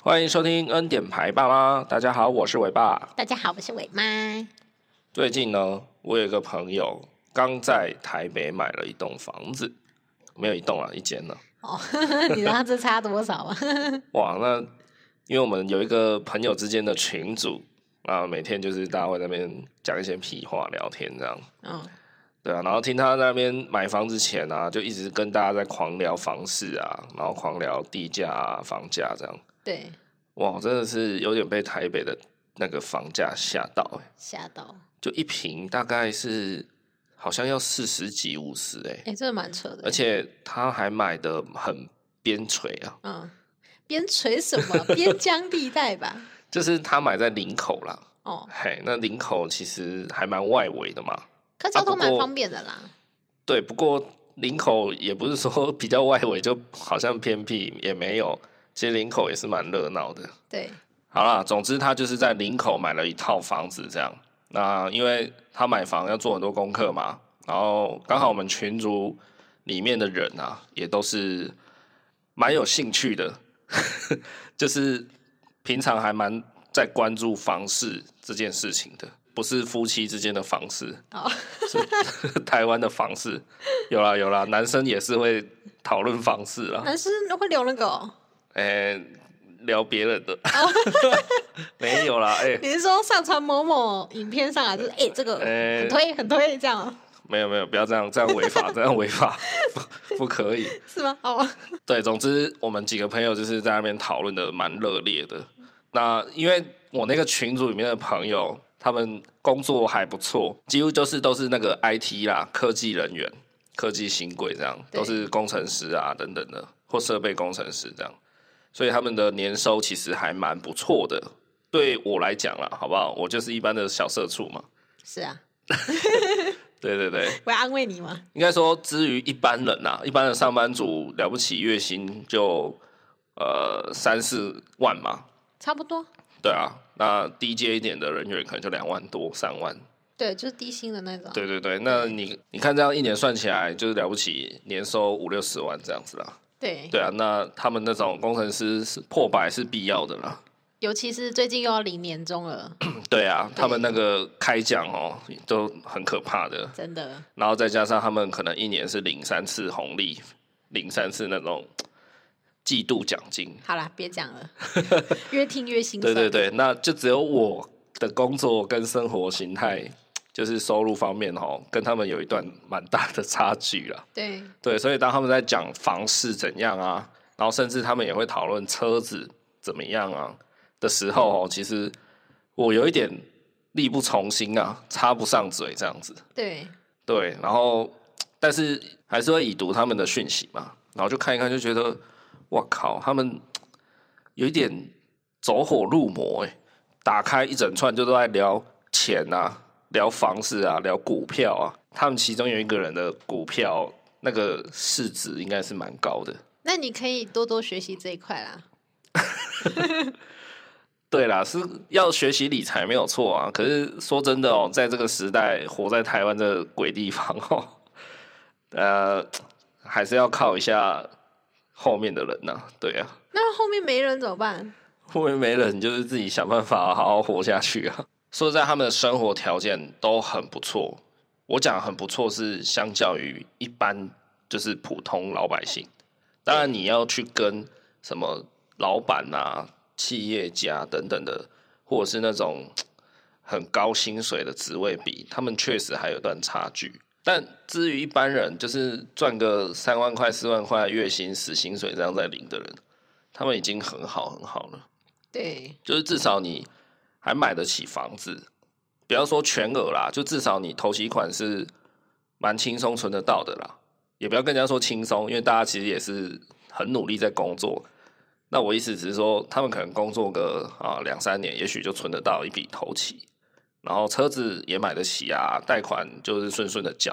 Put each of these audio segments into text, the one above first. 欢迎收听恩典牌爸妈，大家好，我是伟爸。大家好，我是伟 妈。最近呢，我有一个朋友刚在台北买了一栋房子，没有一栋啊，一间呢。哦，你知道这差多少 吗？哇，那因为我们有一个朋友之间的群组啊，每天就是大家会在那边讲一些屁话聊天这样，嗯，对啊。然后听他在那边买房之前啊，就一直跟大家在狂聊房市啊，然后狂聊地价啊、房价这样。对，哇，真的是有点被台北的那个房价吓到、欸，吓到，就一平大概是好像要四十几、五十哎，哎、这蛮扯的。而，且他还买的很边陲啊，嗯，边陲什 么？边疆地带吧。就是他买在林口啦，哦，嘿，那林口其实还蛮外围的嘛，可交通啊蛮不过方便的啦。对，不过林口也不是说 比较外围，就好像偏僻也没有，其实林口也是蛮热闹的。对，好啦，总之他就是在林口买了一套房子，这样。那因为他买房要做很多功课嘛，然后刚好我们群组里面的人啊，也都是蛮有兴趣的， 就是平常还蛮在关注房市这件事情的，不是夫妻之间的房事，哦，是 台湾的房事。有啦有啦，男生也是会讨论房事啦。男生会聊那个、哦，诶、聊别人的，没有啦，诶、你是说上传某某影片上来，就是哎、这个呃很推很推这样哦，没有没有，不要这样，这样违法，这样违法，不不可以。是吗？哦，对，总之我们几个朋友就是在那边讨论的蛮热烈的。那因为我那个群组里面的朋友，他们工作还不错，几乎就是都是那个 IT 啦，科技人员、科技新贵这样，对都是工程师啊等等的，或设备工程师这样，所以他们的年收其实还蛮不错的。对我来讲啦，好不好？我就是一般的小社畜嘛。是啊，对对对，我要安慰你吗？应该说，至于一般人呐、啊，一般的上班族了不起，月薪就呃三四万嘛，差不多，对啊。那低阶一点的人员可能就两万多、三万，对，就是低薪的那种。对对对。那你你看这样一年算起来，就是了不起，年收五六十万这样子啦。对，对啊，那他们那种工程师是破百是必要的啦。尤其是最近又要领年终了，对啊，他们那个开奖哦都很可怕的，真的，然后再加上他们可能一年是领三次红利，领三次那种季度奖金。好啦，别讲 了，越听越心对酸。对对，那就只有我的工作跟生活形态，就是收入方面哦，跟他们有一段蛮大的差距了。对对，所以当他们在讲房市怎样啊，然后甚至他们也会讨论车子怎么样啊的时候哦，其实我有一点力不从心啊，插不上嘴这样子。对对，然后但是还是会已读他们的讯息嘛，然后就看一看，就觉得我靠，他们有一点走火入魔哎、打开一整串就都在聊钱啊，聊房市啊，聊股票啊，他们其中有一个人的股票那个市值应该是蛮高的。那你可以多多学习这一块啦。对啦，是要学习理财没有错啊。可是说真的哦，在这个时代，活在台湾这个鬼地方哦，呃，还是要靠一下后面的人呐、对啊，那后面没人怎么办？后面没人，你就是自己想办法好好活下去啊。 说实在，他们的生活条件都很不错。我讲很不错，是相较于一般就是普通老百姓。当然，你要去跟什么老板啊、企业家等等的，或者是那种很高薪水的职位比，他们确实还有段差距。但至于一般人，就是赚个三万块、四万块月薪、死薪水这样在领的人，他们已经很好很好了。对就是至少你还买得起房子，不要说全额啦，就至少你头期款是蛮轻松存得到的啦。也不要跟人家说轻松，因为大家其实也是很努力在工作。那我意思只是说，他们可能工作个啊两三年，也许就存得到一笔头期，然后车子也买得起啊，贷款就是顺顺的缴，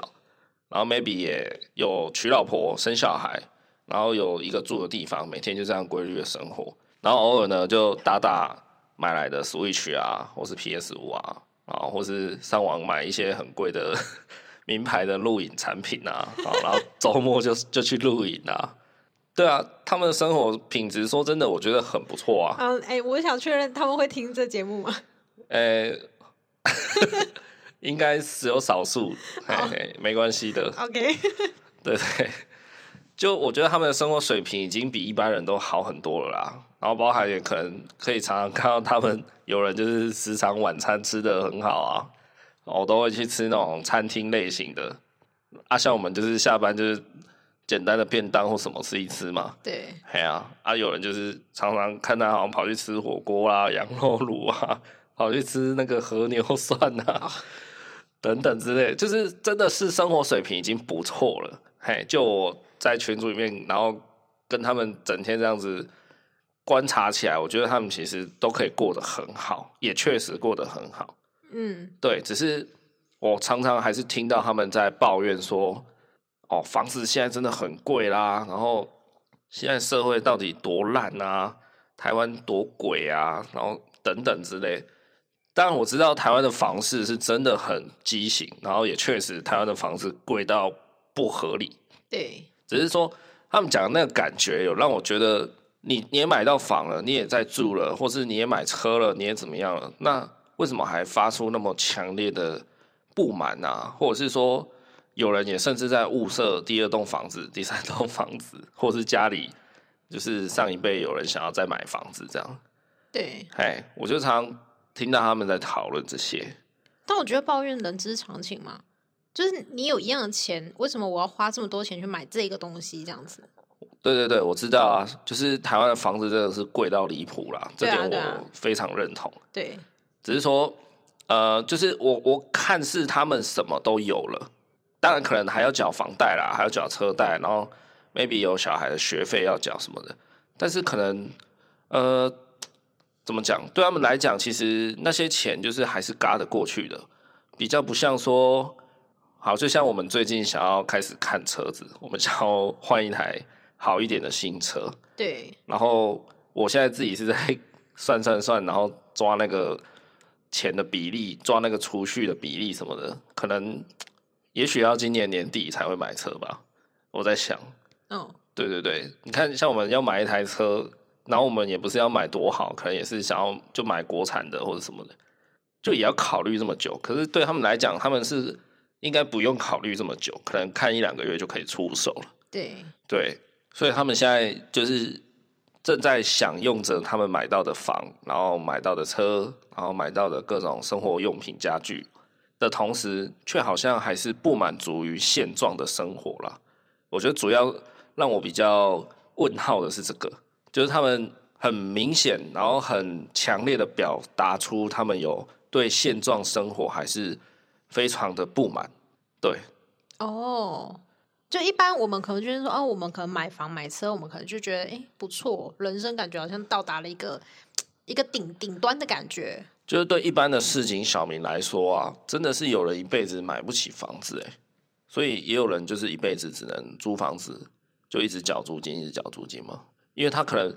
然后 maybe 也有娶老婆、生小孩，然后有一个住的地方，每天就这样规律的生活。然后偶尔呢，就打打买来的 Switch 啊，或是 PS 五啊，啊，或是上网买一些很贵的 名牌的录影产品啊，啊，然后周末就就去录影啊，对啊，他们的生活品质，说真的，我觉得很不错啊。嗯，哎，我想确认他们会听这节目吗？呃、 应该只有少数，嘿嘿，没关系的， OK，对 对。就我觉得他们的生活水平已经比一般人都好很多了啦，然后包含也可能可以常常看到他们有人就是时常晚餐吃的很好啊，我都会去吃那种餐厅类型的，啊，像我们就是下班就是简单的便当或什么吃一吃嘛， 对，哎呀、啊，有人就是常常看他好像跑去吃火锅啊、羊肉卤啊，跑去吃那个和牛涮啊，等等之类，就是真的是生活水平已经不错了。嘿，就我在群组里面，然后跟他们整天这样子观察起来，我觉得他们其实都可以过得很好，也确实过得很好。嗯，对，只是我常常还是听到他们在抱怨说，哦，房子现在真的很贵啦，然后现在社会到底多烂啊，台湾多鬼啊，然后等等之类。当然我知道台湾的房市是真的很畸形，然后也确实台湾的房子贵到不合理，对，只是说他们讲的那个感觉有让我觉得你你也买到房了，你也在住了，或是你也买车了，你也怎么样了？那为什么还发出那么强烈的不满啊？或者是说有人也甚至在物色第二栋房子、第三栋房子， 或是家里就是上一辈有人想要再买房子这样？对。哎，我就常听到他们在讨论这些。但我觉得抱怨人之常情嘛，就是你有一样的钱，为什么我要花这么多钱去买这个东西？这样子，对对对，我知道啊，就是台湾的房子真的是贵到离谱啦，这对啊点对啊我非常认同。对，只是说，呃，就是我我看似他们什么都有了，当然可能还要缴房贷啦，还要缴车贷，然后 maybe 有小孩的学费要缴什么的，但是可能呃，怎么讲？对他们来讲，其实那些钱就是还是嘎得过去的，比较不像说，好，就像我们最近想要开始看车子，我们想要换一台好一点的新车，对，然后我现在自己是在 算算算，然后抓那个钱的比例，抓那个储蓄的比例什么的，可能也许要今年年底才会买车吧。我在想，嗯，对对对，你看，像我们要买一台车，然后我们也不是要买多好，可能也是想要就买国产的或者什么的，就也要考虑这么久。可是对他们来讲，他们是应该不用考虑这么久，可能看一两个月就可以出手了。对，对，所以他们现在就是正在享用着他们买到的房，然后买到的车，然后买到的各种生活用品、家具的同时，却好像还是不满足于现状的生活啦。我觉得主要让我比较问号的是这个，就是他们很明显，然后很强烈的表达出他们有对现状生活还是非常的不满。对，哦，就一般我们可能就是说，哦，我们可能买房买车，我们可能就觉得，哎，不错，人生感觉好像到达了一个一个顶顶端的感觉。就是对一般的市井小民来说啊，真的是有人一辈子买不起房子哎，所以也有人就是一辈子只能租房子，就一直缴租金，一直缴租金嘛，因为他可能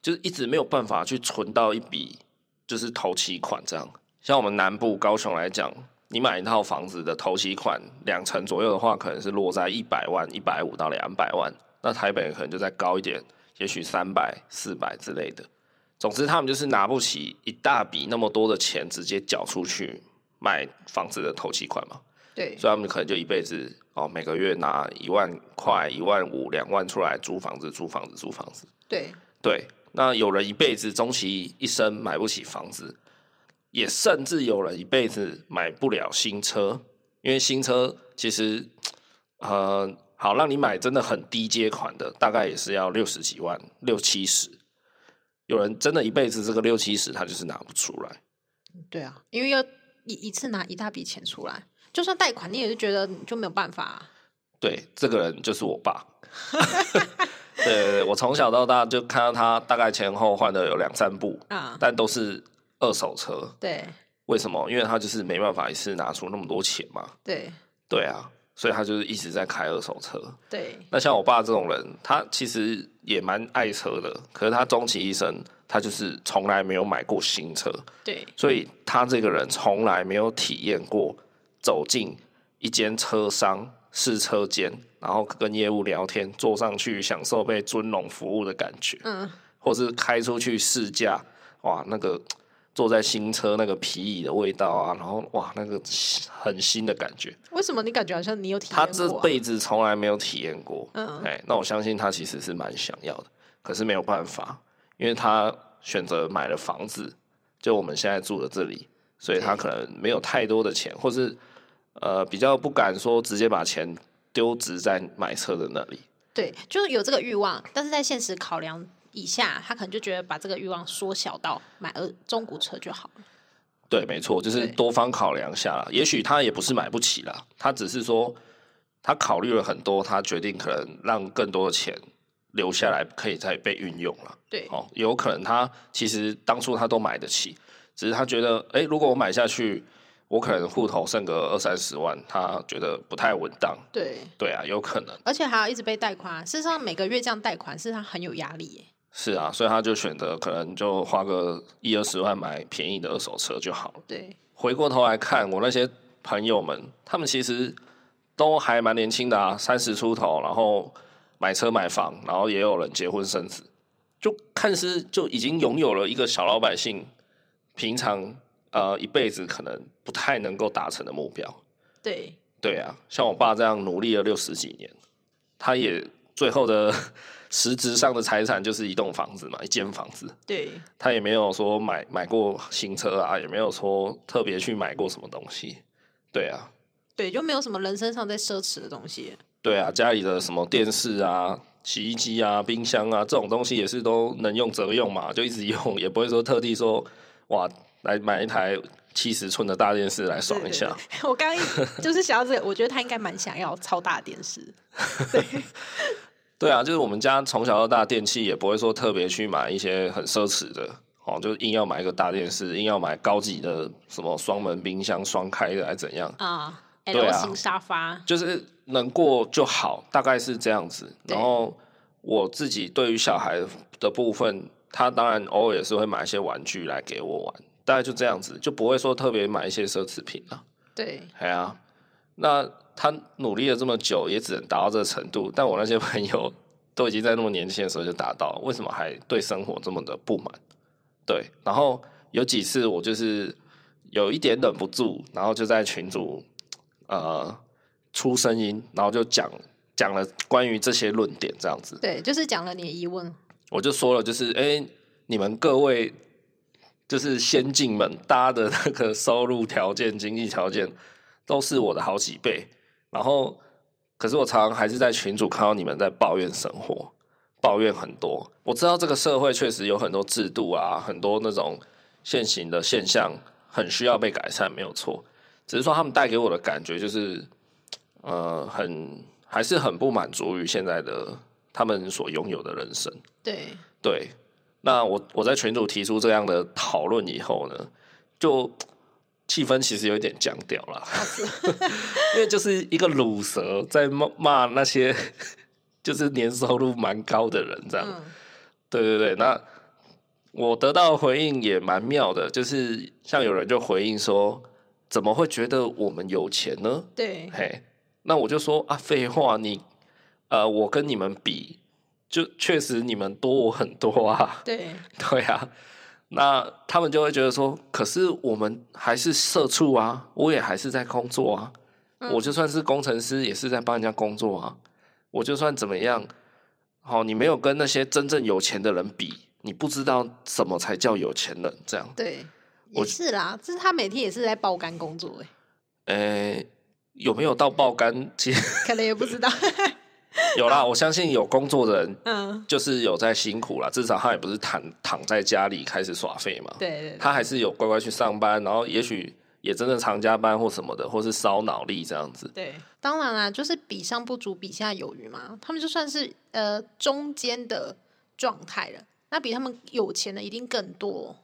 就是一直没有办法去存到一笔就是头期款这样。像我们南部高雄来讲，你买一套房子的头期款两成左右的话，可能是落在一百万、一百五到两百万，那台北可能就再高一点，也许三百、四百之类的。总之，他们就是拿不起一大笔那么多的钱，直接缴出去买房子的头期款嘛，对，所以他们可能就一辈子哦，每个月拿一万块、一万五、两万出来租房子、租房子、租房子。对，对，那有人一辈子终其一生买不起房子，也甚至有人一辈子买不了新车，因为新车其实，呃，好让你买真的很低阶款的，大概也是要六十几万、六七十。有人真的一辈子这个六七十，他就是拿不出来。对啊，因为要一一次拿一大笔钱出来，就算贷款，你也是觉得你就没有办法、啊。对，这个人就是我爸。 对对对，我从小到大就看到他大概前后换的有两三部，啊但都是二手车。对为什么？因为他就是没办法一次拿出那么多钱嘛。对对啊，所以他就是一直在开二手车。对那像我爸这种人，他其实也蛮爱车的，可是他终其一生，他就是从来没有买过新车，对所以他这个人从来没有体验过走进一间车商试车间，然后跟业务聊天，坐上去享受被尊荣服务的感觉，嗯，或是开出去试驾，哇，那个坐在新车那个皮椅的味道啊，然后哇，那个很新的感觉，为什么你感觉好像你有体验他过啊？这辈子从来没有体验过。嗯哎，那我相信他其实是蛮想要的，可是没有办法，因为他选择买了房子，就我们现在住的这里，所以他可能没有太多的钱，或是呃比较不敢说直接把钱丢掷在买车的那里。对，就是有这个欲望，但是在现实考量以下，他可能就觉得把这个欲望缩小到买二中古车就好了。对，没错，就是对多方考量下啦，也许他也不是买不起啦，他只是说他考虑了很多，他决定可能让更多的钱留下来，可以再被运用了。对，哦，有可能他其实当初他都买得起，只是他觉得，哎、如果我买下去，我可能户头剩个二三十万，他觉得不太稳当。对，对啊，有可能而且还要一直被贷款啊，事实上每个月这样贷款，事实上很有压力耶。是啊，所以他就选择可能就花个一二十万买便宜的二手车就好了。对，回过头来看，我那些朋友们，他们其实都还蛮年轻的啊，三十出头，然后买车买房，然后也有人结婚生子，就看似就已经拥有了一个小老百姓平常呃一辈子可能不太能够达成的目标。对，对啊，像我爸这样努力了六十几年，他也最后的实质上的财产就是一栋房子嘛，一间房子。对，他也没有说买买过新车啊，也没有说特别去买过什么东西。对啊，对，就没有什么人身上在奢侈的东西。对啊，家里的什么电视啊、洗衣机啊、冰箱啊这种东西也是都能用则用嘛，就一直用，也不会说特地说哇来买一台七十寸的大电视来爽一下。对对 对我刚刚一就是想到这个，我觉得他应该蛮想要超大电视。对啊，就是我们家从小到大电器也不会说特别去买一些很奢侈的哦，就是硬要买一个大电视，硬要买高级的什么双门冰箱、双开的，还怎样？啊、对 l 啊型沙发，就是能过就好，大概是这样子。对然后我自己对于小孩的部分，他当然偶尔也是会买一些玩具来给我玩，大概就这样子，就不会说特别买一些奢侈品啊。对，哎呀、那他努力了这么久，也只能达到这个程度。但我那些朋友 都已经在那么年轻的时候就达到了，为什么还对生活这么的不满？对，然后有几次我就是有一点忍不住，然后就在群组呃出声音，然后就讲讲了关于这些论点这样子，对，就是讲了你的疑问。我就说了，就是哎、诶你们各位就是先进们，大家的那个收入条件、经济条件都是我的好几倍，然后可是我常常还是在群主看到你们在抱怨生活，抱怨很多。我知道这个社会确实有很多制度啊，很多那种现行的现象很需要被改善，没有错。只是说他们带给我的感觉就是，呃，很还是很不满足于现在的他们所拥有的人生。对，对，那我我在群主提出这样的讨论以后呢，就气氛其实有一点僵掉了，因为就是一个乳蛇在骂骂那些就是年收入蛮高的人这样。嗯，对对对，那我得到的回应也蛮妙的，就是像有人就回应说，怎么会觉得我们有钱呢？对，嘿，那我就说啊，废话，你呃，我跟你们比，就确实你们多我很多啊，对， 对啊。那他们就会觉得说，可是我们还是社畜啊，我也还是在工作啊，嗯我就算是工程师，也是在帮人家工作啊，我就算怎么样，好、你没有跟那些真正有钱的人比，你不知道什么才叫有钱人，这样。 对，也我是啦，就是他每天也是在爆肝工作、欸，诶，有没有到爆肝？其 实可能也不 知道。有啦，我相信有工作的人嗯，就是有在辛苦啦，至少他也不是躺躺在家里开始耍废嘛，对对对他还是有乖乖去上班，然后也许也真的常加班或什么的，或是烧脑力这样子。对，当然啦，就是比上不足，比下有余嘛。他们就算是呃中间的状态了，那比他们有钱的一定更多。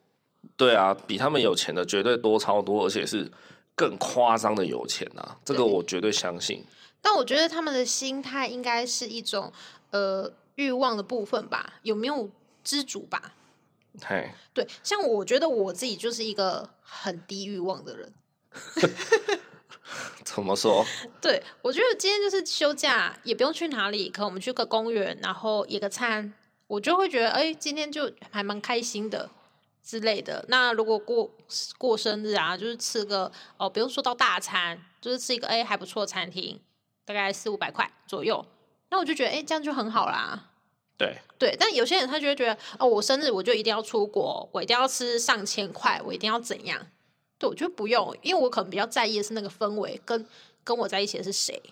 对啊，比他们有钱的绝对多超多，而且是更夸张的有钱啊，这个对我绝对相信。但我觉得他们的心态应该是一种呃欲望的部分吧，有没有知足吧？嘿，对，像我觉得我自己就是一个很低欲望的人，怎么说？对，我觉得今天就是休假，也不用去哪里，可能我们去个公园，然后野个餐，我就会觉得，哎、今天就还蛮开心的之类的。那如果过过生日啊，就是吃个哦，不用说到大餐，就是吃一个哎、还不错的餐厅，大概四五百块左右，那我就觉得，哎、这样就很好啦。对，对，但有些人他就会觉得，哦，我生日我就一定要出国，我一定要吃上千块，我一定要怎样？对，我觉得不用，因为我可能比较在意的是那个氛围，跟跟我在一起的是谁。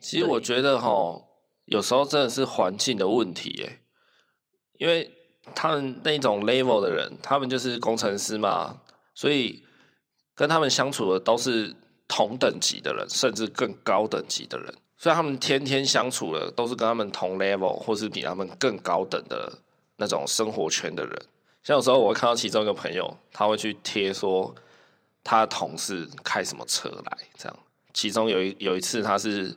其实我对觉得哈，有时候真的是环境的问题耶，因为他们那种 level 的人，他们就是工程师嘛，所以跟他们相处的都是同等级的人，甚至更高等级的人。所以他们天天相处的都是跟他们同 level 或是比他们更高等的那种生活圈的人。像有时候我会看到其中一个朋友，他会去贴说他的同事开什么车来，这样。其中有一有一次他是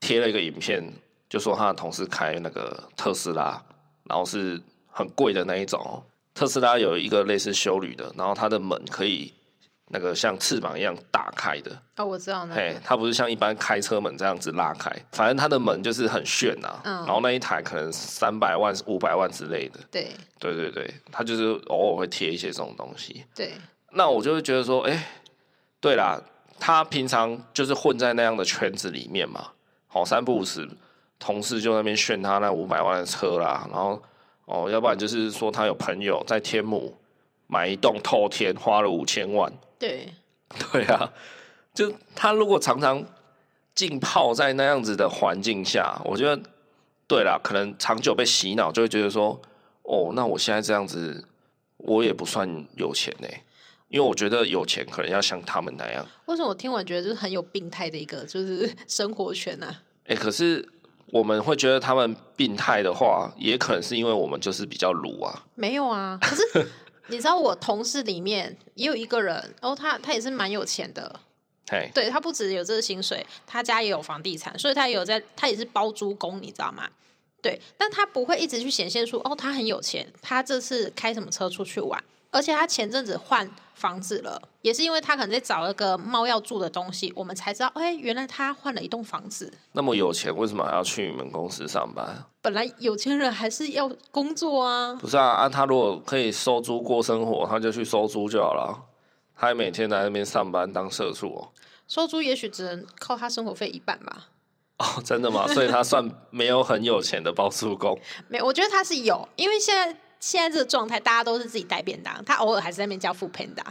贴了一个影片，就说他的同事开那个特斯拉，然后是很贵的那一种哦。特斯拉有一个类似修旅的，然后它的门可以那个像翅膀一样打开的，哦，我知道那嘿，它不是像一般开车门这样子拉开，反正它的门就是很炫呐、嗯然后那一台可能三百万、五百万之类的，对对对对，它就是偶尔会贴一些这种东西。对那我就会觉得说，哎、对啦，他平常就是混在那样的圈子里面嘛，好三不五时，同事就在那边炫他那五百万的车啦，然后哦，要不然就是说他有朋友在天母买一栋透天，花了五千万，对 对啊，就他如果常常浸泡在那样子的环境下，我觉得对啦，可能长久被洗脑，就会觉得说，哦，那我现在这样子，我也不算有钱呢、因为我觉得有钱可能要像他们那样，为什么我听完觉得就是很有病态的一个就是 生活圈啊？哎、可是我们会觉得他们病态的话，也可能是因为我们就是比较鲁啊，没有啊，可是你知道我同事里面也有一个人，哦，他他也是蛮有钱的，嘿，对他不只有这个薪水，他家也有房地产，所以他也有在，他也是包租公，你知道吗？对，但他不会一直去显现出哦，他很有钱，他这次开什么车出去玩，而且他前阵子换房子了，也是因为他可能在找那个猫要住的东西，我们才知道，哎，原来他换了一栋房子。那么有钱为什么还要去你们公司上班？本来有钱人还是要工作啊，不是啊，啊，他如果可以收租过生活，他就去收租就好了。他还每天来那边上班当社畜哦。收租也许只能靠他生活费一半吧。哦，真的吗？所以他算没有很有钱的包租 公。没有，我觉得他是有，因为现在现在这个状态，大家都是自己带便当，他偶尔还是在那边叫副 panda。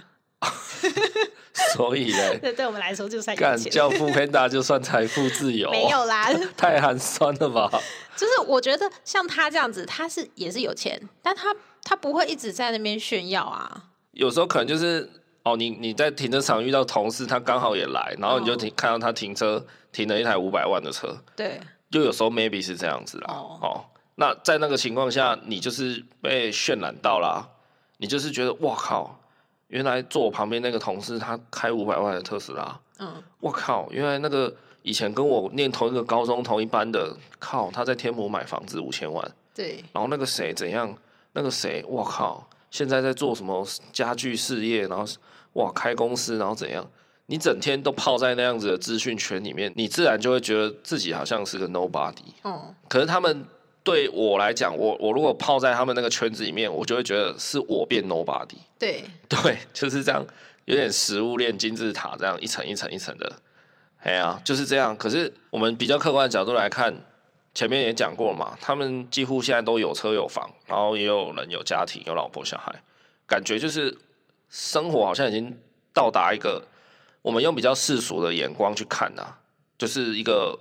所以嘞，对，对我们来说就算有干钱，教父 Panda 就算财富自由， 没有啦。太寒酸了吧？就是我觉得像他这样子，他是也是有钱，但他他不会一直在那边炫耀啊。有时候可能就是哦，你你在停车场遇到同事，他刚好也来，然后你就哦停、看到他停车停了一台五百万的车，对，就有时候 maybe 是这样子啦。哦哦那在那个情况下，你就是被渲染到啦，你就是觉得哇靠，原来坐我旁边那个同事他开五百万的特斯拉，嗯，我靠，原来那个以前跟我念同一个高中同一班的，靠，他在天母买房子五千万，对，然后那个谁怎样，那个谁，我靠，现在在做什么家具事业，然后哇开公司，然后怎样？你整天都泡在那样子的资讯圈里面，你自然就会觉得自己好像是个 nobody。哦、可是他们对我来讲，我我如果泡在他们那个圈子里面，我就会觉得是我变 nobody。对， 对，就是这样，有点食物链金字塔这样一层一层一层的。哎呀、就是这样。可是我们比较客观的角度来看，前面也讲过嘛，他们几乎现在都有车有房，然后也有人有家庭有老婆小孩，感觉就是生活好像已经到达一个我们用比较世俗的眼光去看呐、就是一个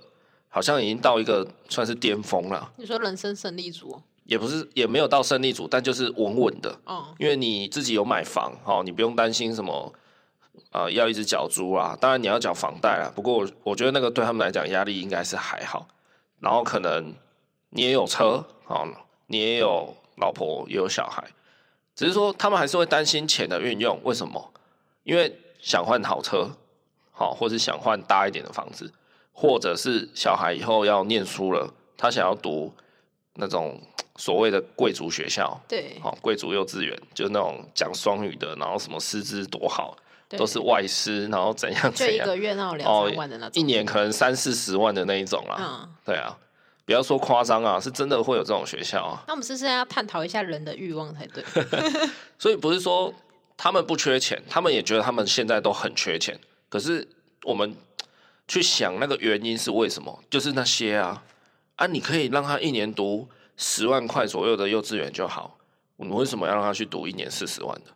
好像已经到一个算是巅峰了，你说人生胜利组，也不是也没有到胜利组，但就是稳稳的。哦、因为你自己有买房，哦，你不用担心什么，呃，要一直缴租啊。当然你要缴房贷啊，不过我我觉得那个对他们来讲压力应该是还好。然后可能你也有车，哦，你也有老婆，也有小孩，只是说他们还是会担心钱的运用。为什么？因为想换好车，好、或是想换大一点的房子，或者是小孩以后要念书了，他想要读那种所谓的贵族学校，对，好、贵族幼稚园，就是那种讲双语的，然后什么师资多好，对都是外师，然后怎样就怎一样个，月那种两哦三万的那种，一年可能三四十万的那一种啦。嗯。对啊，不要说夸张啊，是真的会有这种学校啊。那我们是不是要探讨一下人的欲望才 对？所以不是说他们不缺钱，他们也觉得他们现在都很缺钱。可是我们去想那个原因是为什么，就是那些啊啊，你可以让他一年读十万块左右的幼稚园就好，你为什么要让他去读一年四十万的？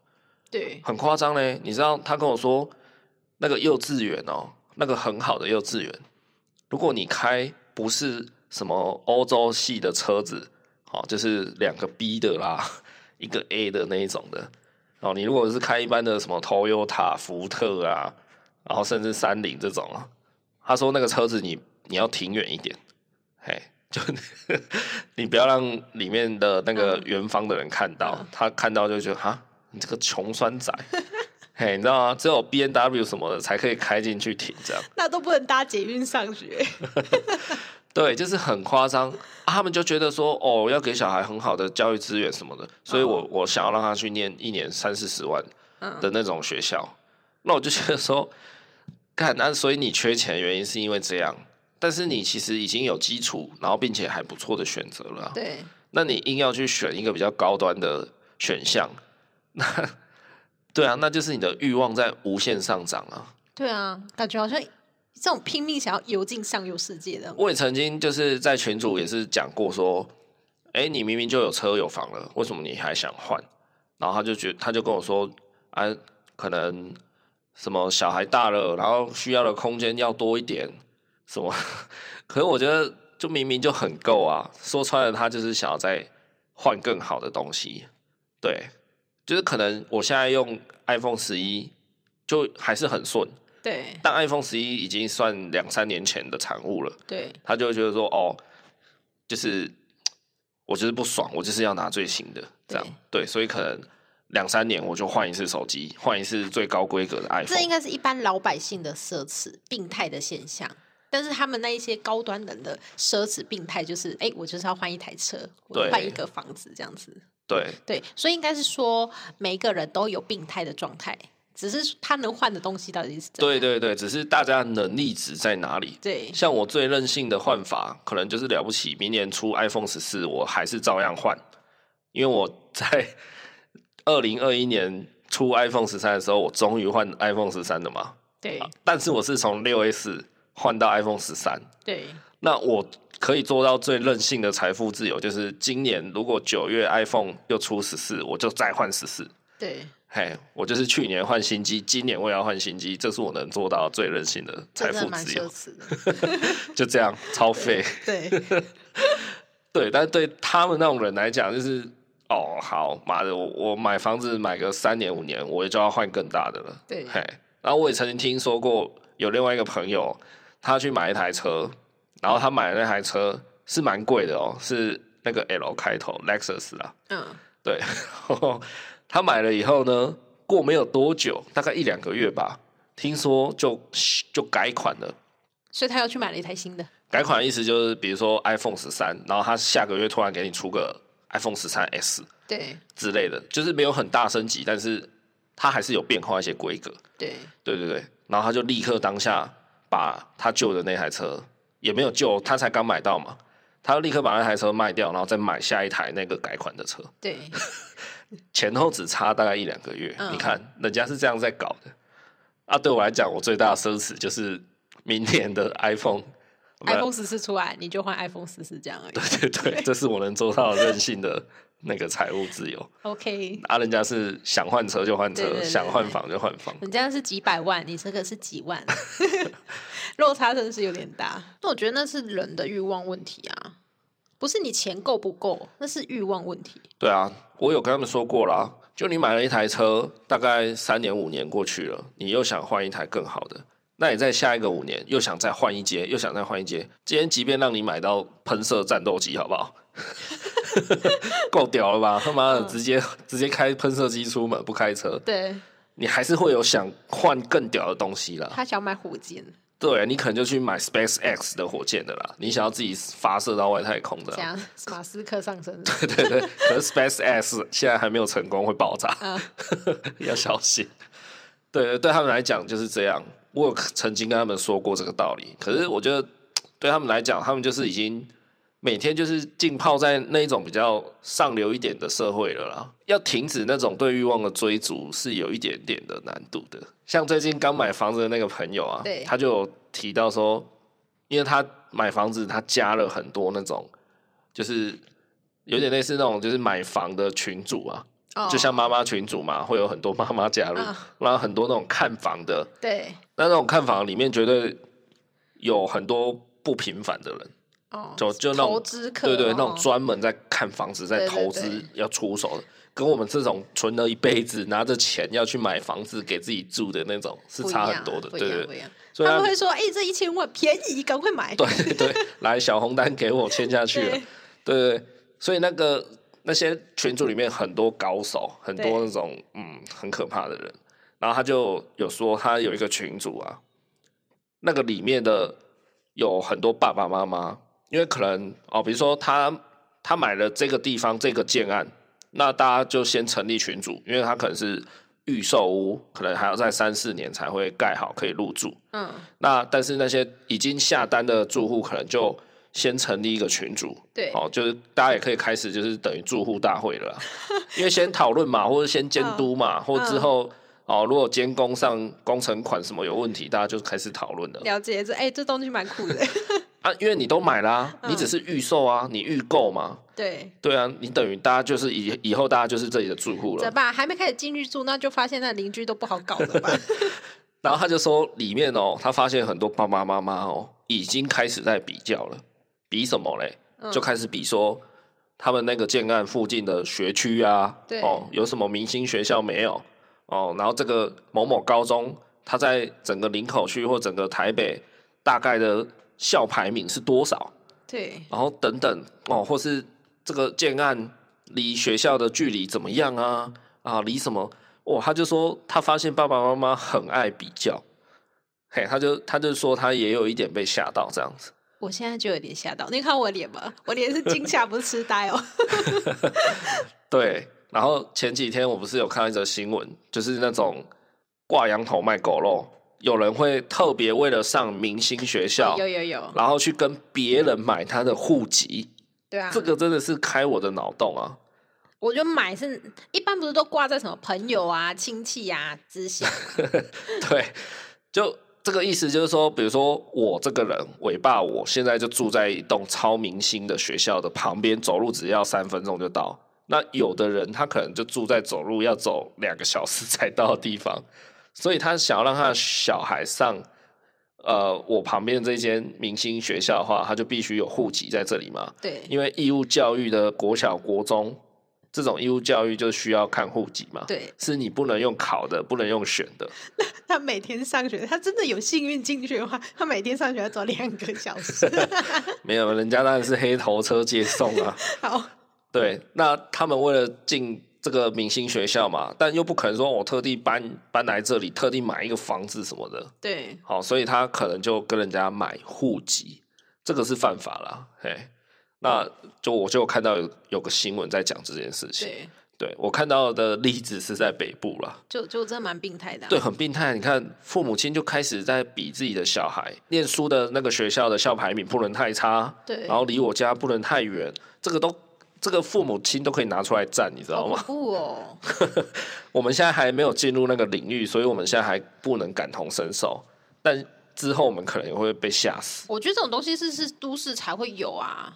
对，很夸张嘞！你知道他跟我说那个幼稚园哦，那个很好的幼稚园，如果你开不是什么欧洲系的车子，哦，就是两个 B 的啦， 一个 A 的那一种的，哦，你如果是开一般的什么 Toyota、福特啊，然后甚至三菱这种啊，他说那个车子你你要停远一点，嘿，就 你不要让里面的那个园方的人看到，他看到就觉得哈，你这个穷酸仔，嘿，你知道吗？只有 B N W 什么的才可以开进去停这样。 那都不能搭捷运 上学。对，就是很夸张、啊他们就觉得说，哦，要给小孩很好的教育资源什么的，所以我、我想要让他去念一年三四十万嗯的那种学校。那我就觉得说，看，那、所以你缺钱的原因是因为这样，但是你其实已经有基础，然后并且还不错的选择了啊、对，那你硬要去选一个比较高端的选项，那对啊，那就是你的欲望在无限上涨啊。对啊，感觉好像这种拼命想要游进上游世界的，我也曾经就是在群主也是讲过说，哎、你明明就有车有房了，为什么你还想换？然后他就觉他就跟我说，啊，可能什么小孩大了，然后需要的空间要多一点，什么？可是我觉得就明明就很够啊，说穿了他就是想要再换更好的东西，对，就是可能我现在用 iPhone 十一就还是很顺，对但 iPhone 十一已经算两三年前的产物了。对他就会觉得说，哦，就是我就是不爽，我就是要拿最新的，这样对，所以可能两三年我就换一次手机，换一次最高规格的这 iPhone。应该是一般老百姓的奢侈病态的现象。但是他们那一些高端人的奢侈病态，就是哎、我就是要换一台车，我对换一个房子这样子。对对，所以应该是说每一个人都有病态的状态，只是他能换的东西到底是怎么对样对对，只是大家的能力值在哪里？对像我最任性的换法，可能就是了不起，明年出 iPhone 十四，我还是照样换，因为我在 二零二一年出 iPhone 十三的时候，我终于换 iPhone 十三了嘛。对但是我是从六 S 换到 iPhone 十三，对那我可以做到最任性的财富自由，就是今年如果九月 iPhone 又出十四，我就再换十四。对，嘿，我就是去年换新机，今年我也要换新机，这是我能做到最任性的这财真的富蛮自奢由。侈的。就这样，超费。对 对，但是对他们那种人来讲，就是哦，好，妈的，我我买房子买个三年五年，我也就要换更大的了。对嘿，然后我也曾经听说过有另外一个朋友，他去买一台车，然后他买的那台车是蛮贵的哦，是那个 L 开头 Lexus 啦， 嗯，对，然后他买了以后呢，过没有多久，大概一两个月吧，听说就就改款了。所以他又去买了一台新的。改款的意思就是，比如说 iPhone 十三，然后他下个月突然给你出个 iPhone 十三 S 对之类的，就是没有很大升级，但是它还是有变化一些规格。对对对对，然后他就立刻当下把他旧的那台车也没有旧，他才刚买到嘛，他就立刻把那台车卖掉，然后再买下一台那个改款的车，对前后只差大概一两个月。嗯你看人家是这样在搞的啊！对我来讲，我最大的奢侈就是明年的 iPhone 不是，iPhone 十四出来你就换 iPhone 十四这样而已。 对对对， 这是我能做到的任性的那个财务自由。 OK，啊，人家是想换车就换车，对对对想换对房就换房。人家是几百万，你这个是几 万，落差真的是有点大。那我觉得那是人的欲望问题啊，不是你钱够不够，那是欲望问题。对啊，我有跟他们说过啦，就你买了一台车，大概三年五年过去了，你又想换一台更好的，那你在下一个五年又想再换一阶，又想再换一阶。今天即便让你买到喷射战斗机，好不好？ 够屌了吧？他妈的，嗯直接直接开喷射机出门，不开车，对你还是会有想换更屌的东西啦。他想买火箭，对啊你可能就去买 SpaceX 的火箭的啦，你想要自己发射到外太空的这啦，样马斯克上 身。对对对。可是 SpaceX 现在还没有成功，会爆炸，要小心。对，对他们来讲就是这样。我有曾经跟他们说过这个道理，可是我觉得对他们来讲，他们就是已经每天就是浸泡在那一种比较上流一点的社会了啦。要停止那种对欲望的追逐是有一点点的难度的。像最近刚买房子的那个朋友啊对，他就有提到说，因为他买房子，他加了很多那种就是有点类似那种就是买房的群主啊，哦，就像妈妈群组嘛，会有很多妈妈加入，嗯然后很多那种看房的，对那那种看房里面绝对有很多不平凡的人，哦，就就那投种资客对对哦那种专门在看房子、在对对投资对要出手的，跟我们这种存了一辈子拿着钱要去买房子给自己住的那种是不一差样啊很多的，不对一样对不一对，样。所以他他们会说：“哎，这一千万便宜，赶快买。” 对对，来小红单给我签下去了对对，对，对所以那个那些群组里面很多高手，很多那种嗯很可怕的人，然后他就有说他有一个群组啊，那个里面的有很多爸爸妈妈，因为可能哦，比如说他他买了这个地方这个建案，那大家就先成立群组，因为他可能是预售屋，可能还要在三四年才会盖好可以入住，嗯，那但是那些已经下单的住户，可能就先成立一个群组，对哦，就是大家也可以开始就是等于住户大会了 啦，因为先讨论嘛，或者先监督嘛，嗯或之后哦，如果监工上工程款什么有问题，大家就开始讨论了了解这哎，这东西蛮酷 的。啊，因为你都买啦、嗯你只是预售啊，你预购嘛，对，对啊，你等于大家就是以以后大家就是这里的住户了怎么，办？还没开始进去住，那就发现那邻居都不好搞了 吧？然后他就说，里面哦，他发现很多爸爸妈妈哦，已经开始在比较了，比什么嘞？就开始比说他们那个建案附近的学区啊，对哦，有什么明星学校没有？哦，然后这个某某高中，它在整个林口区或整个台北大概的校排名是多少？对，然后等等哦，或是这个建案离学校的距离怎么样啊？啊，离什么？哦，他就说他发现爸爸妈妈很爱比较，嘿，他就他就说他也有一点被吓到这样子。我现在就有点吓到，你看我脸吧，我脸是惊吓，不是痴呆哦。对，然后前几天我不是有看到一则新闻，就是那种挂羊头卖狗肉，有人会特别为了上明星学校，哦有有有，然后去跟别人买他的户籍，对啊，这个真的是开我的脑洞啊！我就买是一般不是都挂在什么朋友啊、亲戚啊之下， 对，就这个意思，就是说，比如说我这个人，伟爸，我现在就住在一栋超明星的学校的旁边，走路只要三分钟就到。那有的人他可能就住在走路要走两个小时才到的地方，所以他想要让他的小孩上，呃，我旁边这间明星学校的话，他就必须有户籍在这里嘛。对 因为义务教育的国小、国中这种义务教育就需要看户籍嘛，对，是你不能用考的，不能用选的。 他每天上学，他真的有幸运进去的话，他每天上学要走两个 小时。没有，人家当然是黑头车接送啊。好，对，那他们为了进这个明星学校嘛，但又不可能说我特地搬搬来这里，特地买一个房子什么的。 对，好，所以他可能就跟人家买户籍，这个是犯法啦。嘿，那就我就有看到有有个新闻在讲这件事情。对，对我看到的例子是在北部啦。就就真的蛮病态的、啊对，，很病态。你看，父母亲就开始在比自己的小孩念书的那个学校的校排名不能太差，对然后离我家不能太远，这个都这个父母亲都可以拿出来站，你知道好吗？ 恐怖哦。我们现在还没有进入那个领域，所以我们现在还不能感同身受，但之后我们可能也会被吓死。我觉得这种东西是是都市才会有啊，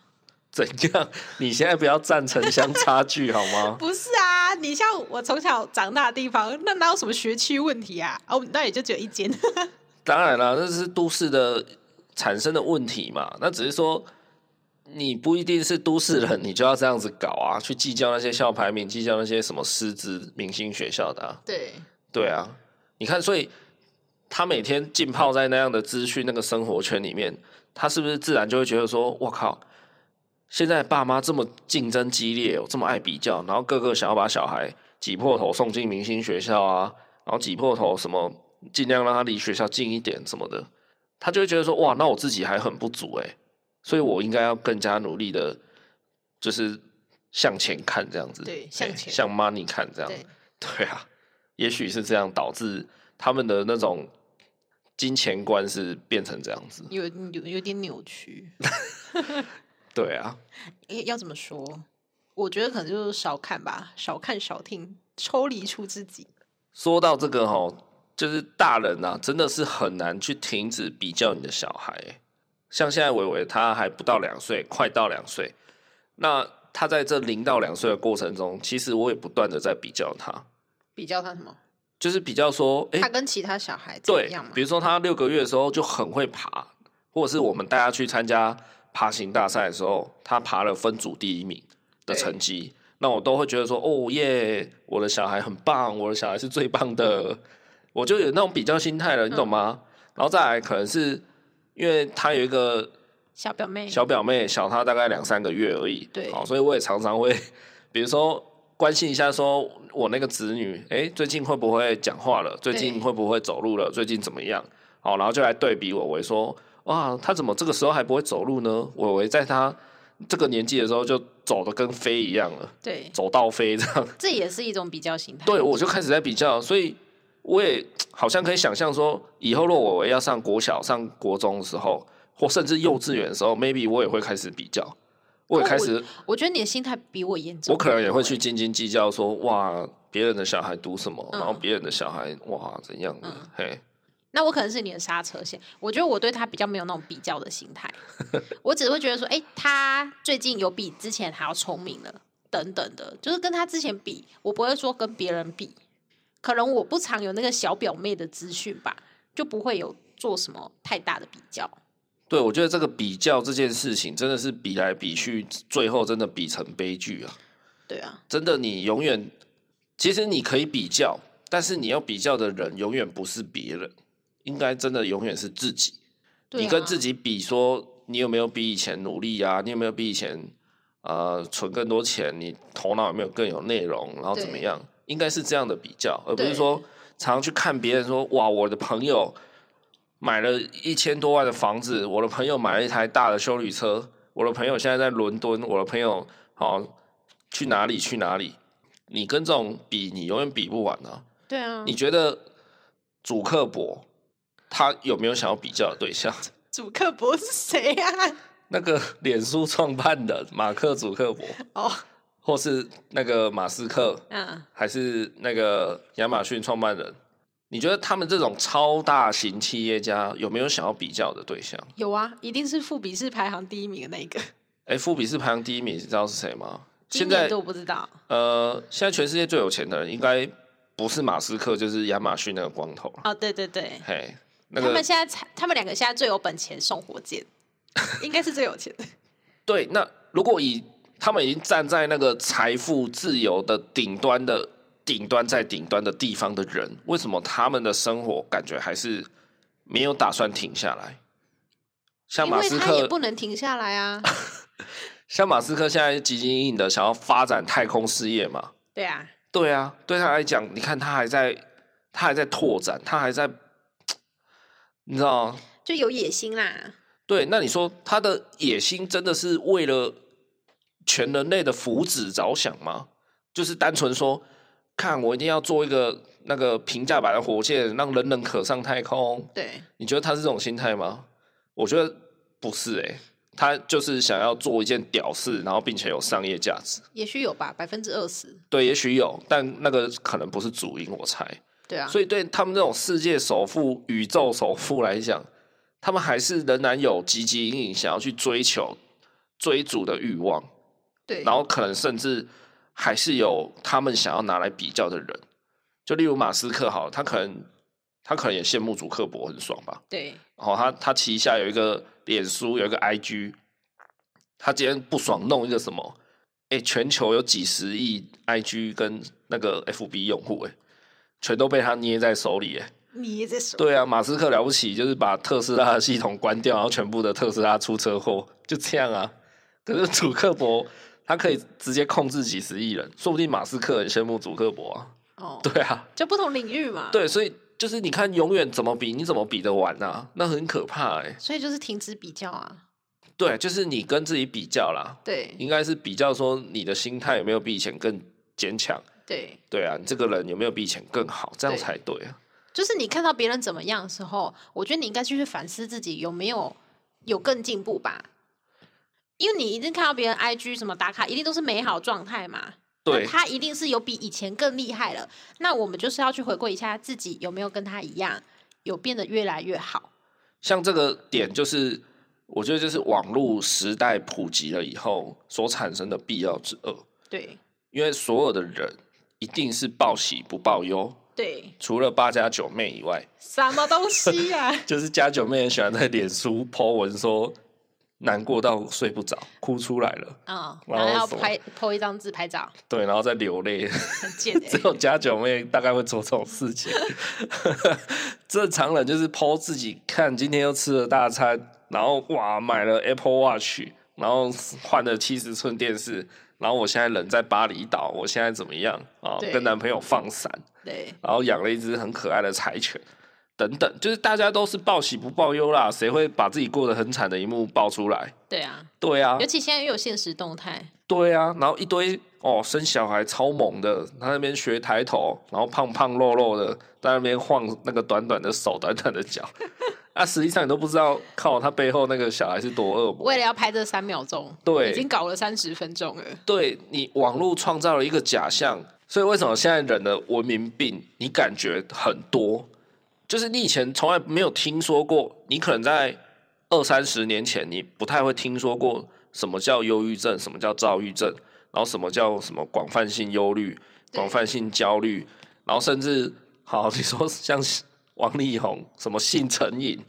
怎样？ 你现在不要站城乡差距好吗？ 不是啊？你像我从小长大的地方，那哪有什么学区问题啊？哦，我们那也就只有一间。 当然啦，那是都市的产生的问题嘛。那只是说，你不一定是都市人，你就要这样子搞啊，去计较那些校排名，计较那些什么师资明星学校的、啊。对，对啊，你看，所以他每天浸泡在那样的资讯、那个生活圈里面，他是不是自然就会觉得说，我靠，现在爸妈这么竞争激烈、哦，这么爱比较，然后个个想要把小孩挤破头送进明星学校啊，然后挤破头什么，尽量让他离学校近一点什么的，他就会觉得说，哇，那我自己还很不足诶、所以我应该要更加努力的，就是向前看这样子，对哎向前向 money 看这样，对对啊，也许是这样导致他们的那种金钱观是变成这样子。有有有点扭曲，对啊，诶要怎么说？我觉得可能就是少看吧，少看少听，抽离出自己。说到这个吼，就是大人呐、啊，真的是很难去停止比较你的小孩欸。像现在伟伟他还不到两岁，快到两岁，那他在这零到两岁的过程中，其实我也不断的在比较他，比较他什么？就是比较说，哎、他跟其他小孩怎么对样嘛，？比如说他六个月的时候就很会爬，或者是我们带他去参加爬行大赛的时候，他爬了分组第一名的成绩，那我都会觉得说，哦耶，我的小孩很棒，我的小孩是最棒的，我就有那种比较心态了，你懂吗？然后再来可能是因为他有一个小表妹，小表妹小他大概两三个月而已，哎对好，所以我也常常会，比如说关心一下，说我那个子女，哎、最近会不会讲话了？最近会不会走路了？最近怎么样？好，然后就来对比我，我说，哇，他怎么这个时候还不会走路呢？我为在他这个年纪的时候就走的跟飞一样了，对，走到飞这样，这也是一种比较心态。对我就开始在比较，所以。我也好像可以想象说，以后若我要上国小、上国中的时候，或甚至幼稚园的时候，maybe 我也会开始比较，我也开始，我觉得你的心态比我严重。我可能也会去斤斤计较说，哇，别人的小孩读什么，嗯然后别人的小孩哇怎样的，嘿，那我可能是你的刹车线。我觉得我对他比较没有那种比较的心 态，我只会觉得说，哎、他最近有比之前还要聪明了，等等的，就是跟他之前比，我不会说跟别人比。可能我不常有那个小表妹的资讯吧，就不会有做什么太大的比较。对我觉得这个比较这件事情真的是比来比去，最后真的比成悲剧啊！对啊，真的，你永远其实你可以比较，但是你要比较的人永远不是别人，应该真的永远是自己。对啊你跟自己比说，你有没有比以前努力啊？你有没有比以前呃存更多钱？你头脑有没有更有内容？然后怎么对样？应该是这样的比较，而不是对说常常去看别人说哇，我的朋友买了一千多万的房子，我的朋友买了一台大的修理车，我的朋友现在在伦敦，我的朋友好、去哪里去哪里？你跟这种比，你永远比不完啊！对啊你，觉得主克伯他有没有想要比较的对象？主客博是谁啊呀、那个 脸书创办人马克·祖克伯，哦，或是那个马斯克，嗯，还是那个亚马逊创办人，你觉得他们这种超大型企业家有没有想要比较的对象？有啊，一定是富比士排行第一名的那一个。哎、富比士排行第一名，你知道是谁吗？现今年在的我不知道，呃，现在全世界最有钱的人应该不是马斯克，就是亚马逊那个光头了。哦，对对对，嘿，那他个们现在才，他们两个现在最有本钱送火 箭，应该是最有钱的。对，那如果以他们已经站在那个财富自由的顶端的顶端，在顶端的地方的人，为什么他们的生活感觉还是没有打算停下来？像因马为斯他也克，不能停下 来啊。像马斯克现在急急营营的想要发展太空事业嘛？对啊，对啊，对他来讲，你看他还在，他还在拓展，他还在，你知道，就有野心啦。对，那你说他的野心真的是为了全人类的福祉着想吗？就是单纯说，看我一定要做一个那个平价版的火箭，让人人可上太空。对，你觉得他是这种心态吗？我觉得不是、欸，他就是想要做一件屌事，然后并且有商业价值。也许有吧，百分之二十。对，也许有，但那个可能不是主因，我猜。对啊，所以对他们这种世界首富、宇宙首富来讲，他们还是仍然有积极阴影，想要去追求、追逐的欲望，对，然后可能甚至还是有他们想要拿来比较的人。就例如马斯克，好了，他可能他可能也羡慕祖克伯很爽吧，对哦，他他旗下有一个脸书，有一个 IG，他今天不爽弄一个什么？哎、全球有几十亿 IG 跟那个 FB 用户，哎，全都被他捏在手里，哎。你也在说，对啊，马斯克了不起，就是把特斯拉的系统关掉，然后全部的特斯拉出车祸，就这样啊。可是祖克伯他可以直接控制几十亿人，说不定马斯克很羡慕祖克伯啊。哦，对啊，就不同领域嘛。，对，所以就是你看，永远怎么比，你怎么比得完啊？那很可怕哎、所以就是停止比较啊。对，就是你跟自己比较啦，对应该是比较说你的心态有没有比以前更坚强。对，对啊，你这个人有没有比以前更好？这样对才对啊。就是你看到别人怎么样的时候，我觉得你应该去反思自己有没有有更进步吧。因为你一定看到别人 IG 什么打卡，一定都是美好状态嘛。那对他一定是有比以前更厉害了。那我们就是要去回馈一下自己有没有跟他一样，有变得越来越好。像这个点，就是我觉得就是网络时代普及了以后所产生的必要之恶，对因为所有的人一定是报喜不报忧，对，除了八家九妹以外，什么东西啊呀、就是家九妹很喜欢在脸书 po 文说难过到睡不着，哭出来了，啊？ 嗯，然然后后要什么拍 po 一张自拍照，对，然后再流泪。 很 贱哎、只有家九妹大概会做这种事情。 正常人就是剖自己看今天又吃了大餐，然后哇买了 Apple Watch，然后换了七十寸电视，然后我现在人在巴厘岛，我现在怎么样啊对？跟男朋友放闪， 对然后养了一只很可爱的柴犬。等等，就是大家都是报喜不报忧啦，谁会把自己过得很惨的一幕爆出来？对啊，对啊，尤其现在又有现实动态，对啊，然后一堆哦，生小孩超猛的，他那边学抬头，然后胖胖肉肉的，在那边晃那个短短的手、 短短的脚，啊，实际上你都不知道，靠他背后那个小孩是多恶魔。为了要拍这三秒钟，哦对已经搞了三十分钟了。对你网络创造了一个假象，所以为什么现在人的文明病你感觉很多？就是你以前从来没有听说过，你可能在二三十年前你不太会听说过什么叫忧郁症，什么叫躁郁症，然后什么叫什么广泛性忧虑、对广泛性焦虑，然后甚至好你说像 王力宏什么性成瘾，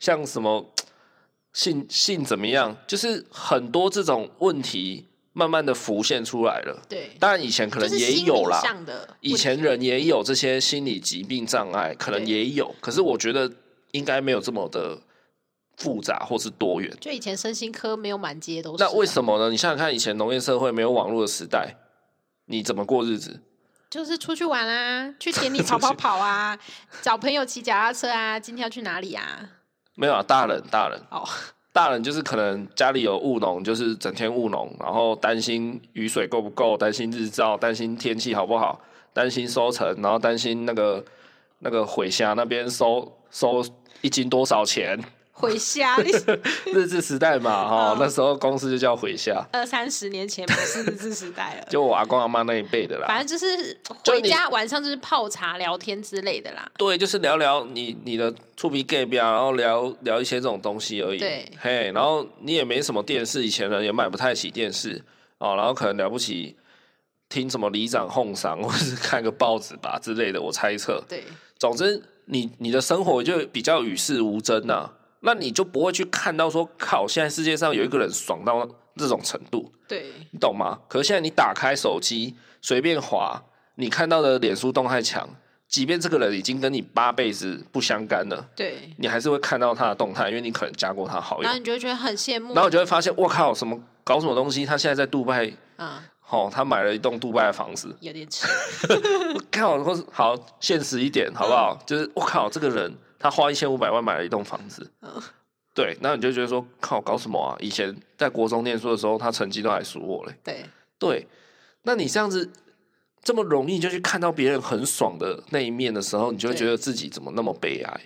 像什么性性怎么样，就是很多这种问题慢慢的浮现出来了。对，当然以前可就能是也心有理啦，上的以问前题人也有这些心理疾病障碍，可能对也有，可是我觉得应该没有这么的复杂或是多元。就以前身心科没有满街都是啊，那为什么呢？你想想看，以前农业社会没有网络的时代，你怎么过日子？就是出去玩啊，去 田里跑跑跑啊，找朋友骑脚踏车啊，今天要去哪里啊？没有啊，大人，大人，哦，大人就是可能家里有务农，就是整天务农，然后担心雨水够不够，担心日照，担心天气好不好，担心收成，然后担心那个那个毁虾那边收收一斤多少钱，回家，你日治时代嘛，哈、嗯那时候公司就叫毁虾，二三十年前不是日治时代了，就我阿公阿妈那一辈的啦。反正就是就回你家晚上就是泡茶聊天之类的啦。对，就是聊聊你你的触鼻 gay 表，然后聊聊一些这种东西而已。对嘿，然后你也没什么电视，以前人也买不太起电视哦，然后可能了不起听什么里长哄赏，或是看个报纸吧之类的，我猜测。对，总之，你你的生活就比较与世无争呐、那你就不会去看到说，靠，现在世界上有一个人爽到这种程度。对，你懂吗？可是现在你打开手机随便滑，你看到的脸书动态墙，即便这个人已经跟你八辈子不相干了，对。你还是会看到他的动态，因为你可能加过他好友然，后你就会觉得很羡慕然，后你就会发现，我靠，什么搞什么东西？他现在在杜拜，啊，哦，他买了一栋杜拜的房子，有点吃，我靠，或是好现实一点好不好？就是我靠，这个人他花一千五百万买了一栋房子嗯。对，那你就觉得说靠，搞什么啊？以前在国中念书的时候，他成绩都还输我嘞。对对，那你这样子这么容易就去看到别人很爽的那一面的时候，你就会对觉得自己怎么那么悲哀？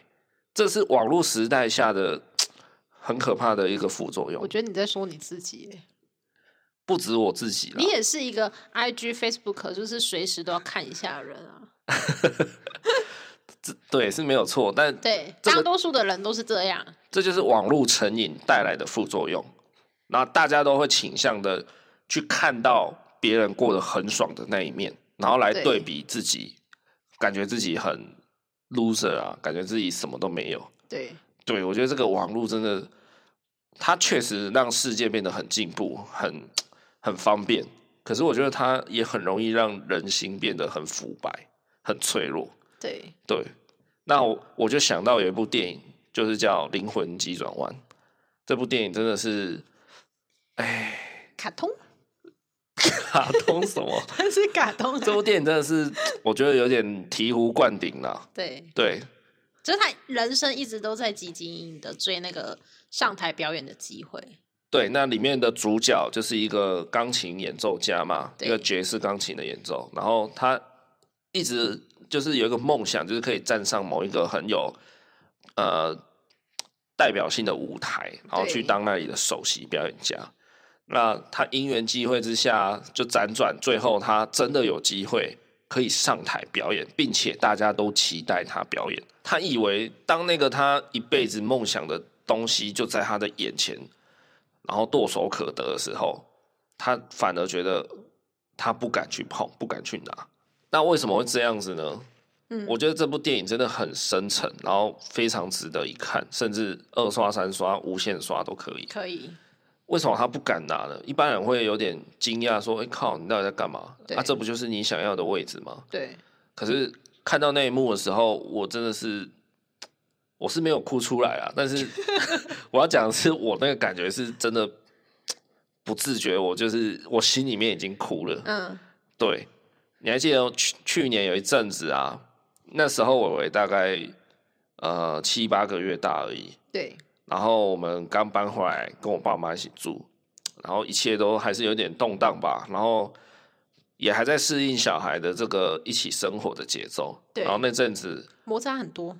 这是网络时代下的很可怕的一个副作我用，觉得你在说你自己啊耶，不止我自己啦你。也是一个 I G Facebook 就是随时都要看一下的人啊。对，是没有错，但对，这个大多数的人都是这样。这就是网络成瘾带来的副作用。那大家都会倾向的去看到别人过得很爽的那一面，然后来对对比自己，感觉自己很 loser 啊，感觉自己什么都没有。对对，我觉得这个网络真的，它确实让世界变得很进步，很很方便。可是我觉得它也很容易让人心变得很腐败、很脆弱。对，对，那我我就想到有一部电影，就是叫《灵魂急转弯》。这部电影真的是卡通 卡通什么？它是卡 通啊这部电影真的是我觉得有点醍醐灌顶啦。对，对，就是他人生一直都在汲汲营营的追那个上台表演的机会。对，那里面的主角就是一个钢琴演奏家嘛，一对个爵士钢琴的演奏，然后他一直就是有一个梦想，就是可以站上某一个很有呃代表性的舞台，然后去对当那里的首席表演家。那他因缘际会之下，就辗转，最后他真的有机会可以上台表演，并且大家都期待他表演。他以为当那个他一辈子梦想的东西就在他的眼前，然后唾手可得的时候，他反而觉得他不敢去碰，不敢去拿。那为什么会这样子呢？嗯我觉得这部电影真的很深沉，然后非常值得一看，甚至二刷、三刷、无限刷都可以。可以，为什么他不敢拿呢？一般人会有点惊讶，说：“哎、靠，你到底在干嘛？对啊，这不就是你想要的位置吗对，？”可是看到那一幕的时候，我真的是，我是没有哭出来啊。但是我要讲的是，我那个感觉是真的不自觉，我就是我心里面已经哭了。嗯，对，你还记得去去年有一阵子啊，那时候伟伟大概呃七八个月大而已，对，然后我们刚搬回来，跟我爸妈一起住，然后一切都还是有点动荡吧，然后也还在适应小孩的这个一起生活的节奏。对然后那阵子摩擦很多，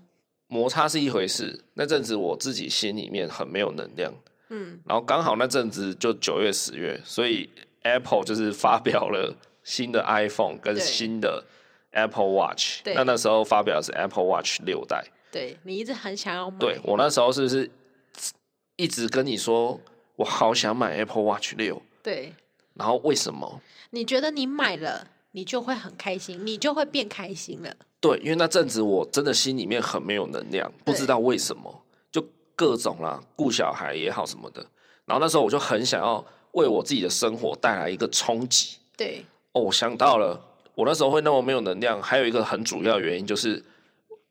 摩擦是一回事，那阵子我自己心里面很没有能量，嗯，然后刚好那阵子就九月、十月，所以 Apple 就是发表了新的 iPhone 跟对新的 Apple Watch，对那那时候发表的是 Apple Watch 六代。对你一直很想要买，对我那时候是不是一直跟你说，我好想买 Apple Watch 六，对，然后为什么？你觉得你买了，你就会很开心，你就会变开心了，对，因为那阵子我真的心里面很没有能量，不对知道为什么，就各种啦，顾小孩也好什么的。然后那时候我就很想要为我自己的生活带来一个冲击。对，哦，我想到了，我那时候会那么没有能量，还有一个很主要的原因就是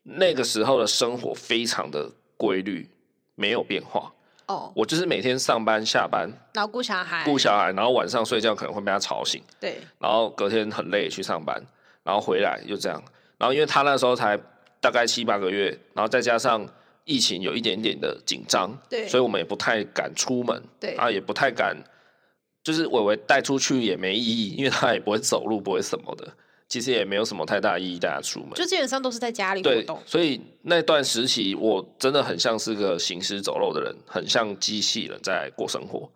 那个时候的生活非常的规律，没有变化。哦，我就是每天上班下班，老顾小孩，顾小孩，然后晚上睡觉可能会被他吵醒，对，然后隔天很累去上班，然后回来就这样。然后因为他那时候才大概七八个月，然后再加上疫情有一点点的紧张，对所以我们也不太敢出门，对啊，也不太敢，就是伟伟带出去也没意义，因为他也不会走路，不会什么的，其实也没有什么太大意义带他出门。就基本上都是在家里活对动，，所以那段时期我真的很像是个行尸走肉的人，很像机器人在过生活。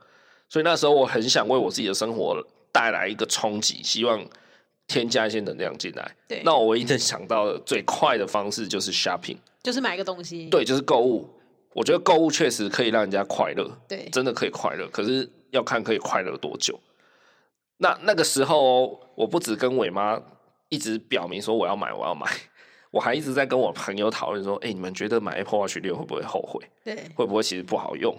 所以那时候我很想为我自己的生活带来一个冲击，希望添加一些能量进来。对，那我唯一能想到的最快的方式就是 shopping，就是买个东西，对，就是购物。我觉得购物确实可以让人家快乐，对，真的可以快乐，可是要看可以快乐多久。那那个时候哦，我不止跟伟妈一直表明说我要买，我要买， 我还一直在跟我朋友讨论说，哎、你们觉得买 Apple Watch 六会不会后悔？对，会不会其实不好用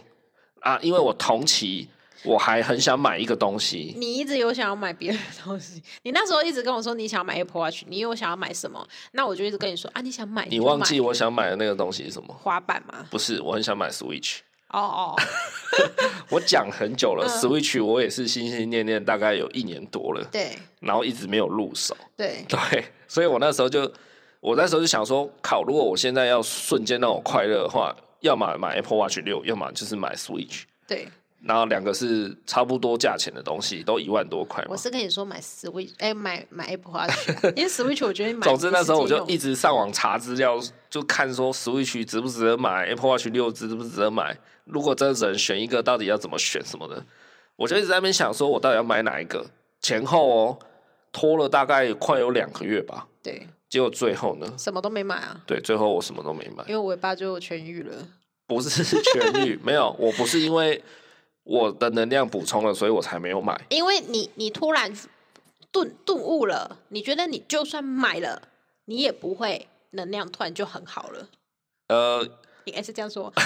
啊？因为我同期我还很想买一个东西，你一直有想要买别的东西，你那时候一直跟我说你想要买 Apple Watch，你有想要买什么，那我就一直跟你说啊，你想买你就忘买记我想买的那个东西是什么？滑板吗？不是，我很想买 Switch。哦哦，我讲很久了、嗯 s w i t c h 我也是心心念念大概有一年多了，对然后一直没有入手。对 对，所以我那时候就，我那时候就想说，靠，如果我现在要瞬间让我快乐的话，要么买 Apple Watch 六，要么就是买 Switch，对，然后两个是差不多价钱的东西，都一万多块嘛我。是跟你说买 Switch，哎、买买 Apple Watch，啊、 因为 Switch 我觉得买总之那时候我就一直直上网查资料，就看说 Switch 值不值得买，Apple Watch 六值不值得买。如果真的只能选一个，到底要怎么选什么的，我就一直在那边想，说我到底要买哪一个？前后哦拖了大概快有两个月吧，对结果最后呢，什么都没买啊，对，最后我什么都没买。因为我尾巴就痊愈了。不是 痊愈，没有，我不是因为我的能量补充了，所以我才没有买。因为你你突然顿顿悟了，你觉得你就算买了，你也不会能量突然就很好了，呃，应该是这样说。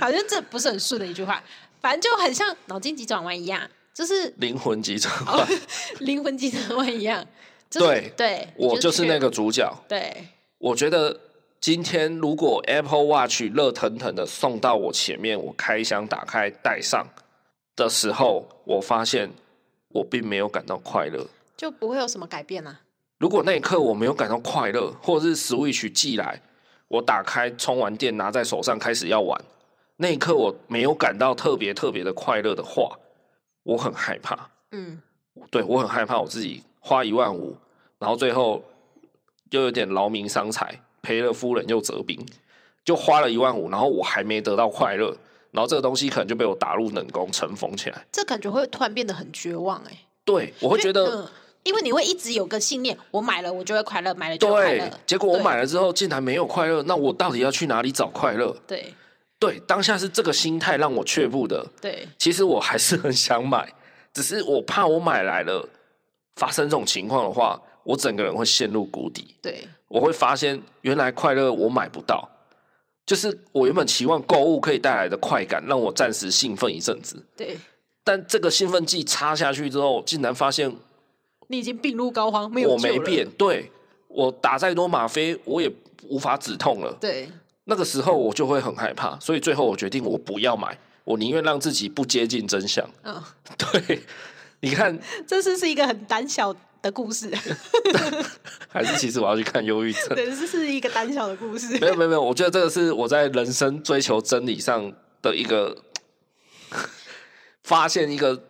好像这不是很顺的一句话，反正就很像脑筋急转弯一样， 就是灵魂急转哦弯，灵魂急转弯一样。就是、对对，你我就是确那个主角。对我觉得今天如果 Apple Watch 热腾腾的送到我前面，我开箱打开戴上的时候，我发现我并没有感到快乐。就不会有什么改变啊。如果那一刻我没有感到快乐，或者是 Switch 寄来，我打开充完电拿在手上开始要玩，那一刻我没有感到特别特别的快乐的话，我很害怕。嗯，对我很害怕我自己花一万五，然后最后又有点劳民伤财，赔了夫人又折兵，就花了一万五，然后我还没得到快乐，然后这个东西可能就被我打入冷宫尘封起来。这感觉会突然变得很绝望哎、对我会因为觉得。嗯，因为你会一直有个信念，我买了我就会快乐，买了就会快对乐，，结果我对买了之后竟然没有快乐，那我到底要去哪里找快乐？对对，当下是这个心态让我却步的。对其实我还是很想买，只是我怕我买来了发生这种情况的话，我整个人会陷入谷底。对我会发现原来快乐我买不到，就是我原本期望购物可以带来的快感，让我暂时兴奋一阵子，对，但这个兴奋剂插下去之后，竟然发现你已经病入膏肓，没有我救没了变，对我打再多吗啡我也无法止痛了。对那个时候嗯我就会很害怕，所以最后我决定我不要买，我宁愿让自己不接近真相。 嗯，对，你看，这是是一个很胆小的故 事，还是其实我要去看忧郁症。对，这是一个胆小的故 事没。有没有没有，我觉得这个是我在人生追求真理上的一个发现，一个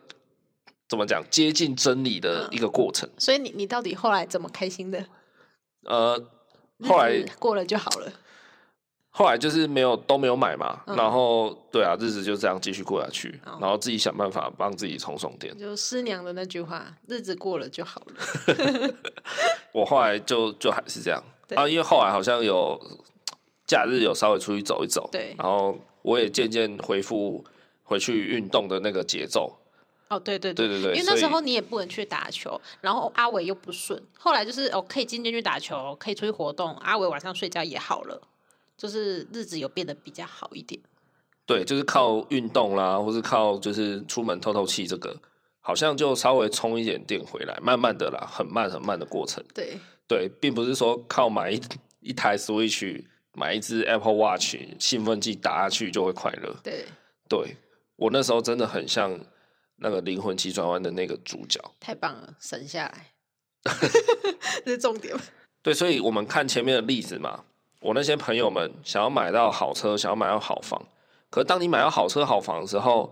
怎么讲接近真理的嗯一个过程。所以你你到底后来怎么开心的？呃，后来日子过了就好了。后来就是没有都没有买嘛，嗯然后对啊，日子就这样继续过下去，哦然后自己想办法帮自己充充电。就师娘的那句话，日子过了就好了。我后来就就还是这样对啊，因为后来好像有假日有稍微出去走一走，对然后我也渐渐恢复回去运动的那个节奏，哦，对对对对对因为那时所以候你也不能去打球，然后阿伟又不顺，后来就是哦，可以今天去打球，可以出去活动，阿伟晚上睡觉也好了，就是日子有变得比较好一点。对，就是靠运动啦，或是靠就是出门透透气，这个好像就稍微充一点电回来，慢慢的啦，很慢很慢的过程。对对，并不是说靠买一 一台 Switch，买一只 Apple Watch，兴奋剂打下去就会快乐。对，对我那时候真的很像那个《灵魂急转弯》的那个主角。太棒了，省下来， 这是重点。对，所以我们看前面的例子嘛，我那些朋友们想要买到好车，想要买到好房，可是当你买到好车好房的时候，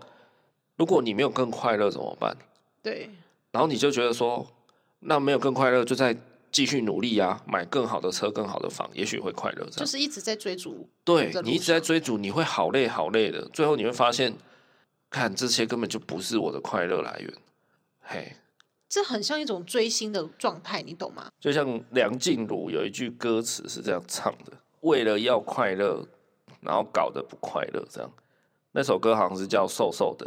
如果你没有更快乐怎么办？ 对然后你就觉得说，那没有更快乐，就再继续努力啊，买更好的车、更好的房，也许会快乐。这样，就是一直在追逐，对在路你一直在追逐，你会好累好累的。最后你会发现，看这些根本就不是我的快乐来源。嘿，这很像一种追星的状态，你懂吗？就像梁静茹有一句歌词是这样唱的：“为了要快乐，然后搞得不快乐。”这样，那首歌好像是叫《瘦瘦的》，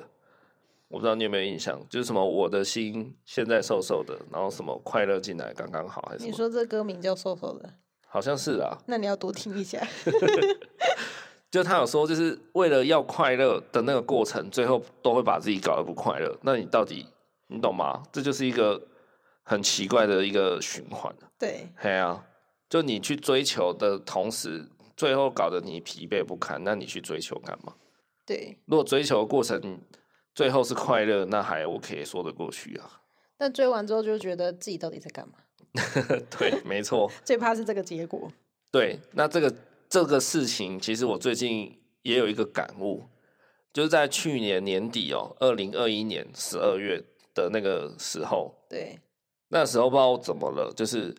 我不知道你有没有印象，就是什么我的心现在瘦瘦的，然后什么快乐进来刚刚好，还是什你么？说这歌名叫《瘦瘦的》，好像是啊，那你要多听一下。就他有说，就是为了要快乐的那个过程，最后都会把自己搞得不快乐。那你到底你懂吗？这就是一个很奇怪的一个循环。 对嘿啊，就你去追求的同时，最后搞得你疲惫不堪，那你去追求干嘛？对，如果追求的过程最后是快乐，那还 OK 说得过去啊。 但追完之后就觉得自己到底在干嘛？对，没错。最怕是这个结果。对，那这个这个事情，其实我最近也有一个感悟，就是在去年年底哦，二零二一年十二月的那个时候，对那时候不知道怎么了，就是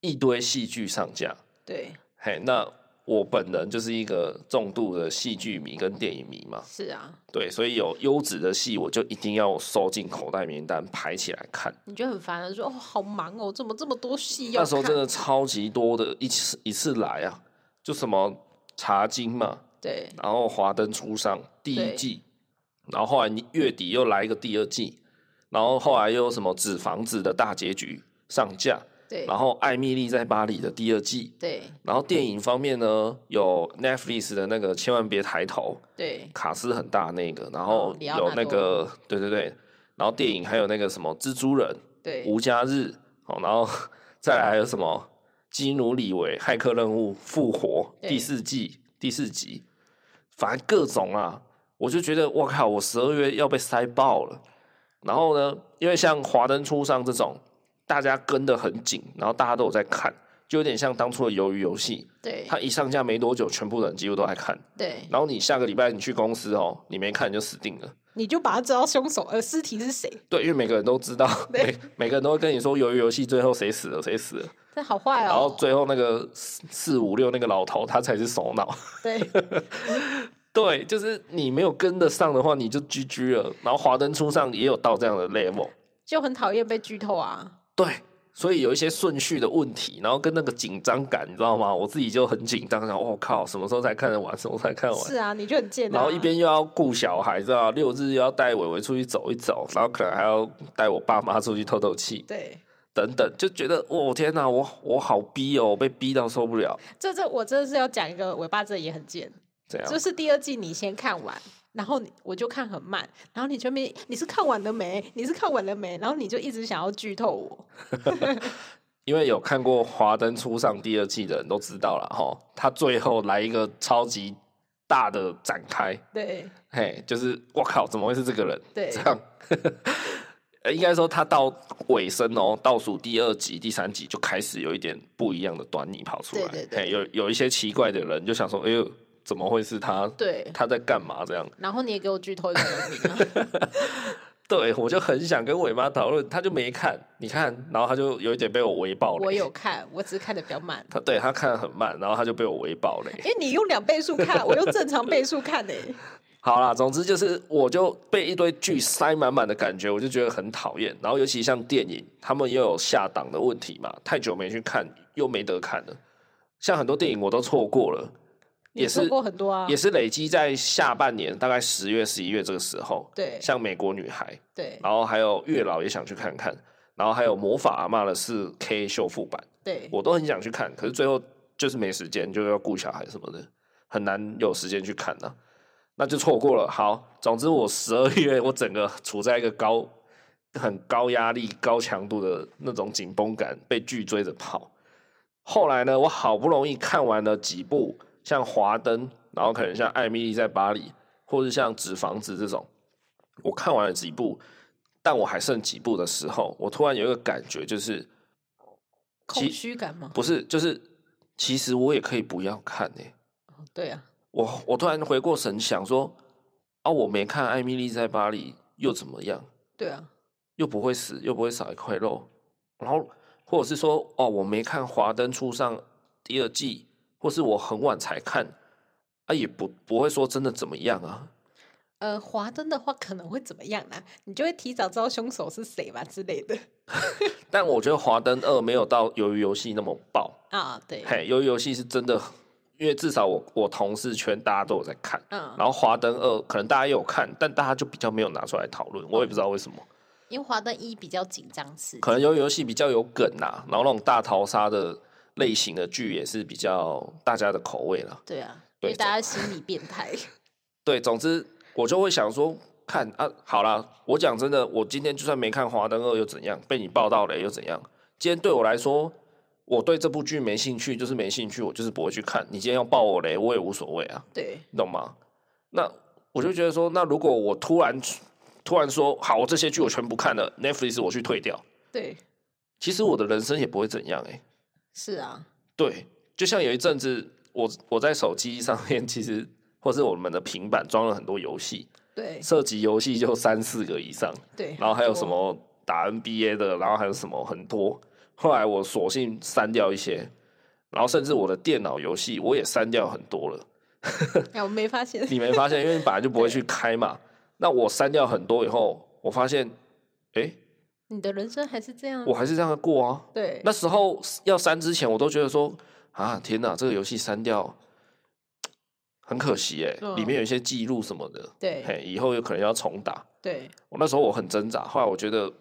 一堆戏剧上架。对，嘿，那我本人就是一个重度的戏剧迷跟电影迷嘛，是啊，对，所以有优质的戏，我就一定要收进口袋名单，排起来看。你就很烦了，说哦好忙哦，怎么这么多戏要那时候看？真的超级多的，一次一次来啊，就什么茶经嘛，对然后《华灯初上》第一对季，然后后来你月底又来一个第二季，然后后来又有什么《纸房子》的大结局上架，对然后《艾米丽在巴黎》的第二季，对然后电影方面呢，有 Netflix 的那个《千万别抬头对》，卡斯很大那个，然哦后里奥有纳那多个对对对，然后电影还有那个什么蜘蛛人、对无家日，哦，然 后再来还有什么基努里维骇客任务复活对第四季第四集，反正各种啊，我就觉得我靠，我十二月要被塞爆了。然后呢，因为像《华灯初上》这种，大家跟得很紧，然后大家都有在看，就有点像当初的鱿鱼游戏，对它一上架没多久，全部人几乎都在看。对然后你下个礼拜你去公司哦，你没看你就死定了。你就把他知道凶手呃尸体是谁，对，因为每个人都知道，对每每个人都会跟你说，鱿鱼游戏最后谁死了，谁死了，这好坏然后哦。最后那个四四五六那个老头，他才是首脑。 对，对，就是你没有跟得上的话，你就 GG 了。然后华灯初上也有到这样的 level，就很讨厌被剧透啊。对，所以有一些顺序的问题，然后跟那个紧张感，你知道吗？我自己就很紧张，想我、靠，什么时候才看得完？什么时候才看得完？是啊，你就很贱、啊。然后一边又要顾小孩，知道吗六日又要带伟伟出去走一走，然后可能还要带我爸妈出去透透气，对，等等，就觉得哦天哪，我我好逼哦，我被逼到受不了，这这我真的是要讲一个尾巴，这也很贱。这样就是第二季你先看完，然后你我就看很慢，然后你就没你是看完了没？你是看完了没？然后你就一直想要剧透我，因为有看过《华灯初上》第二季的人都知道了哈，他最后来一个超级大的展开，对嘿，就是我靠，怎么会是这个人？对这样，呃应该说他到尾声哦，倒数第二集、第三集就开始有一点不一样的端倪跑出来，对对对嘿有有一些奇怪的人就想说，哎呦，怎么会是他？对，他在干嘛？这样，然后你也给我剧透一个人名啊，对我就很想跟伟妈讨论，他就没看，你看，然后他就有一点被我围爆了。我有 看，我只是看的比较慢，他对他看得很慢，然后他就被我围爆了。因为你用两倍速看，我用正常倍速看 诶、好啦，总之就是我就被一堆剧塞满满的感觉，我就觉得很讨厌。然后尤其像电影，他们又有下档的问题嘛，太久没去看又没得看了。像很多电影我都错过了，你也错是过很多啊也，是累积在下半年，大概十月、十一月这个时候。对像《美国女孩》，对然后还有《月老》也想去看看，然后还有《魔法阿嬷的是 K 修复版，对我都很想去看，可是最后就是没时间，就要顾小孩什么的，很难有时间去看呢、那就错过了。好，总之我十二月我整个处在一个高、很高压力、高强度的那种紧绷感，被剧追着跑。后来呢，我好不容易看完了几部，像《华灯》，然后可能像《艾米丽在巴黎》，或是像《纸房子》这种，我看完了几部，但我还剩几部的时候，我突然有一个感觉，就是空虚感吗？不是，就是其实我也可以不要看诶、对啊，我我突然回过神，想说啊，我没看《艾米丽在巴黎》又怎么样？对啊，又不会死，又不会少一块肉。然后或者是说，哦，我没看《华灯初上》第二季，或是我很晚才看，啊，也不不会说真的怎么样啊。呃，华灯的话可能会怎么样呢、你就会提早知道凶手是谁吧之类的但我觉得《华灯二》没有到《鱿鱼游戏》那么爆。啊，对，嘿，鱿鱼游戏是真的，因为至少我我同事圈大家都有在看，嗯然后《华灯二》可能大家也有看，但大家就比较没有拿出来讨论，我也不知道为什么，因为华灯一比较紧张刺激，可能鱿鱼游戏比较有梗啊，然后那种大逃杀的类型的剧也是比较大家的口味啦。对啊，因对为大家心理变态。对，总之我就会想说，看啊，好啦，我讲真的，我今天就算没看《华灯二》又怎样？被你报道了又怎样？今天对我来说，我对这部剧没兴趣，就是没兴趣，我就是不会去看。你今天要爆我雷，我也无所谓啊。对，你懂吗？那我就觉得说，那如果我突然突然说，好，我这些剧我全不看了，Netflix 我去退掉，对，其实我的人生也不会怎样诶、欸是啊，对，就像有一阵子，我我在手机上面其实。或是我们的平板装了很多游戏，对涉及游戏就三四个以上，对。然后还有什很多？么打 NBA 的，然后还有什么很多。后来我索性删掉一些，然后甚至我的电脑游戏我也删掉很多了。哎、我没发现。你没发现，因为你本来就不会去开嘛。那我删掉很多以后，我发现，诶，你的人生还是这样啊。我还是这样过啊。对，那时候要删之前，我都觉得说，啊，天哪，这个游戏删掉很可惜诶，嗯里面有一些记录什么的，对嘿，以后有可能要重打。对我那时候我很挣扎，后来我觉得嗯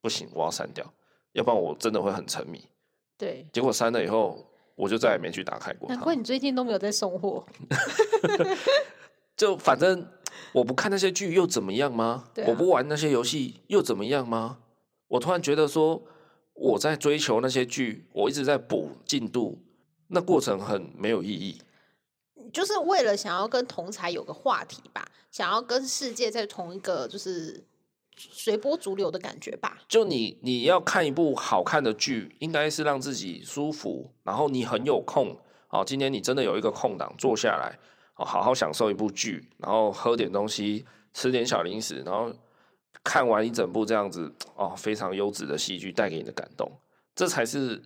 不行，我要删掉，要不然我真的会很沉迷。对，结果删了以后，我就再也没去打开过它。难怪你最近都没有在送货。就反正我不看那些剧又怎么样吗？对啊我不玩那些游戏又怎么样吗？我突然觉得说我在追求那些剧，我一直在补进度，那过程很没有意义。就是为了想要跟同才有个话题吧，想要跟世界在同一个就是随波逐流的感觉吧。就你你要看一部好看的剧，应该是让自己舒服，然后你很有空哦。今天你真的有一个空档坐下来，哦，好好享受一部剧，然后喝点东西，吃点小零食，然后看完一整部这样子哦，非常优质的戏剧带给你的感动，这才是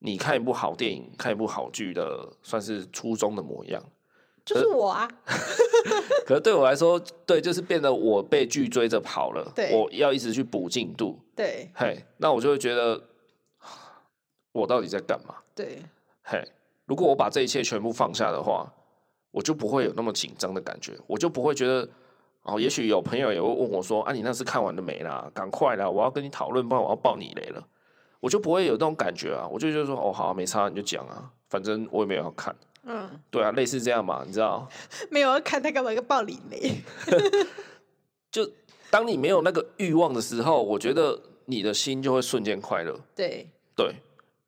你看一部好电影、看一部好剧的算是初衷的模样。就是我啊，可是对我来说，对，就是变得我被剧追着跑了，对我要一直去补进度， 对嘿，那我就会觉得我到底在干嘛？对，嘿，如果我把这一切全部放下的话，我就不会有那么紧张的感觉，我就不会觉得哦，也许有朋友也会问我说：“啊，你那是看完了没啦？赶快啦，我要跟你讨论，不然我要爆你雷了。”我就不会有那种感觉啊，我就觉得说：“哦，好、啊，没差，你就讲啊，反正我也没有要看。嗯，”对啊，类似这样嘛，你知道，没有要看他干嘛一个暴力雷，就当你没有那个欲望的时候，我觉得你的心就会瞬间快乐。 对对，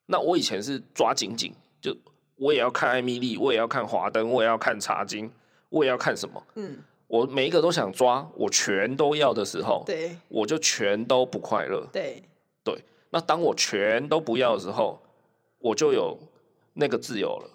那我以前是抓紧紧，就我也要看艾米丽，我也要看华灯，我也要看茶经，我也要看什么，嗯我每一个都想抓，我全都要的时候，对我就全都不快乐。对对，那当我全都不要的时候，我就有那个自由了。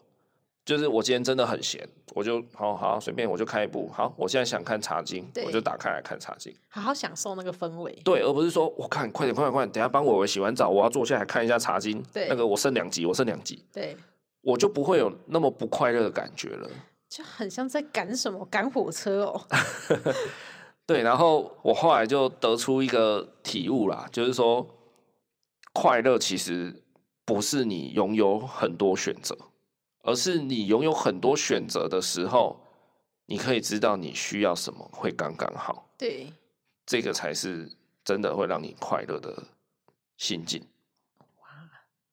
就是我今天真的很闲，我就好好随便我就开一部，好，我现在想看茶经，我对就打开来看茶经。好好享受那个氛围，对，而不是说我看快点快点快点，等一下帮我我洗完澡，我要坐下来看一下茶经。对那个我剩两集，我剩两集，对，我就不会有那么不快乐的感觉了。就很像在赶什么赶火车 哦，对，然后我后来就得出一个体悟啦，就是说，快乐其实不是你拥有很多选择，而是你拥有很多选择的时候，你可以知道你需要什么会刚刚好，对，这个才是真的会让你快乐的心境。哇，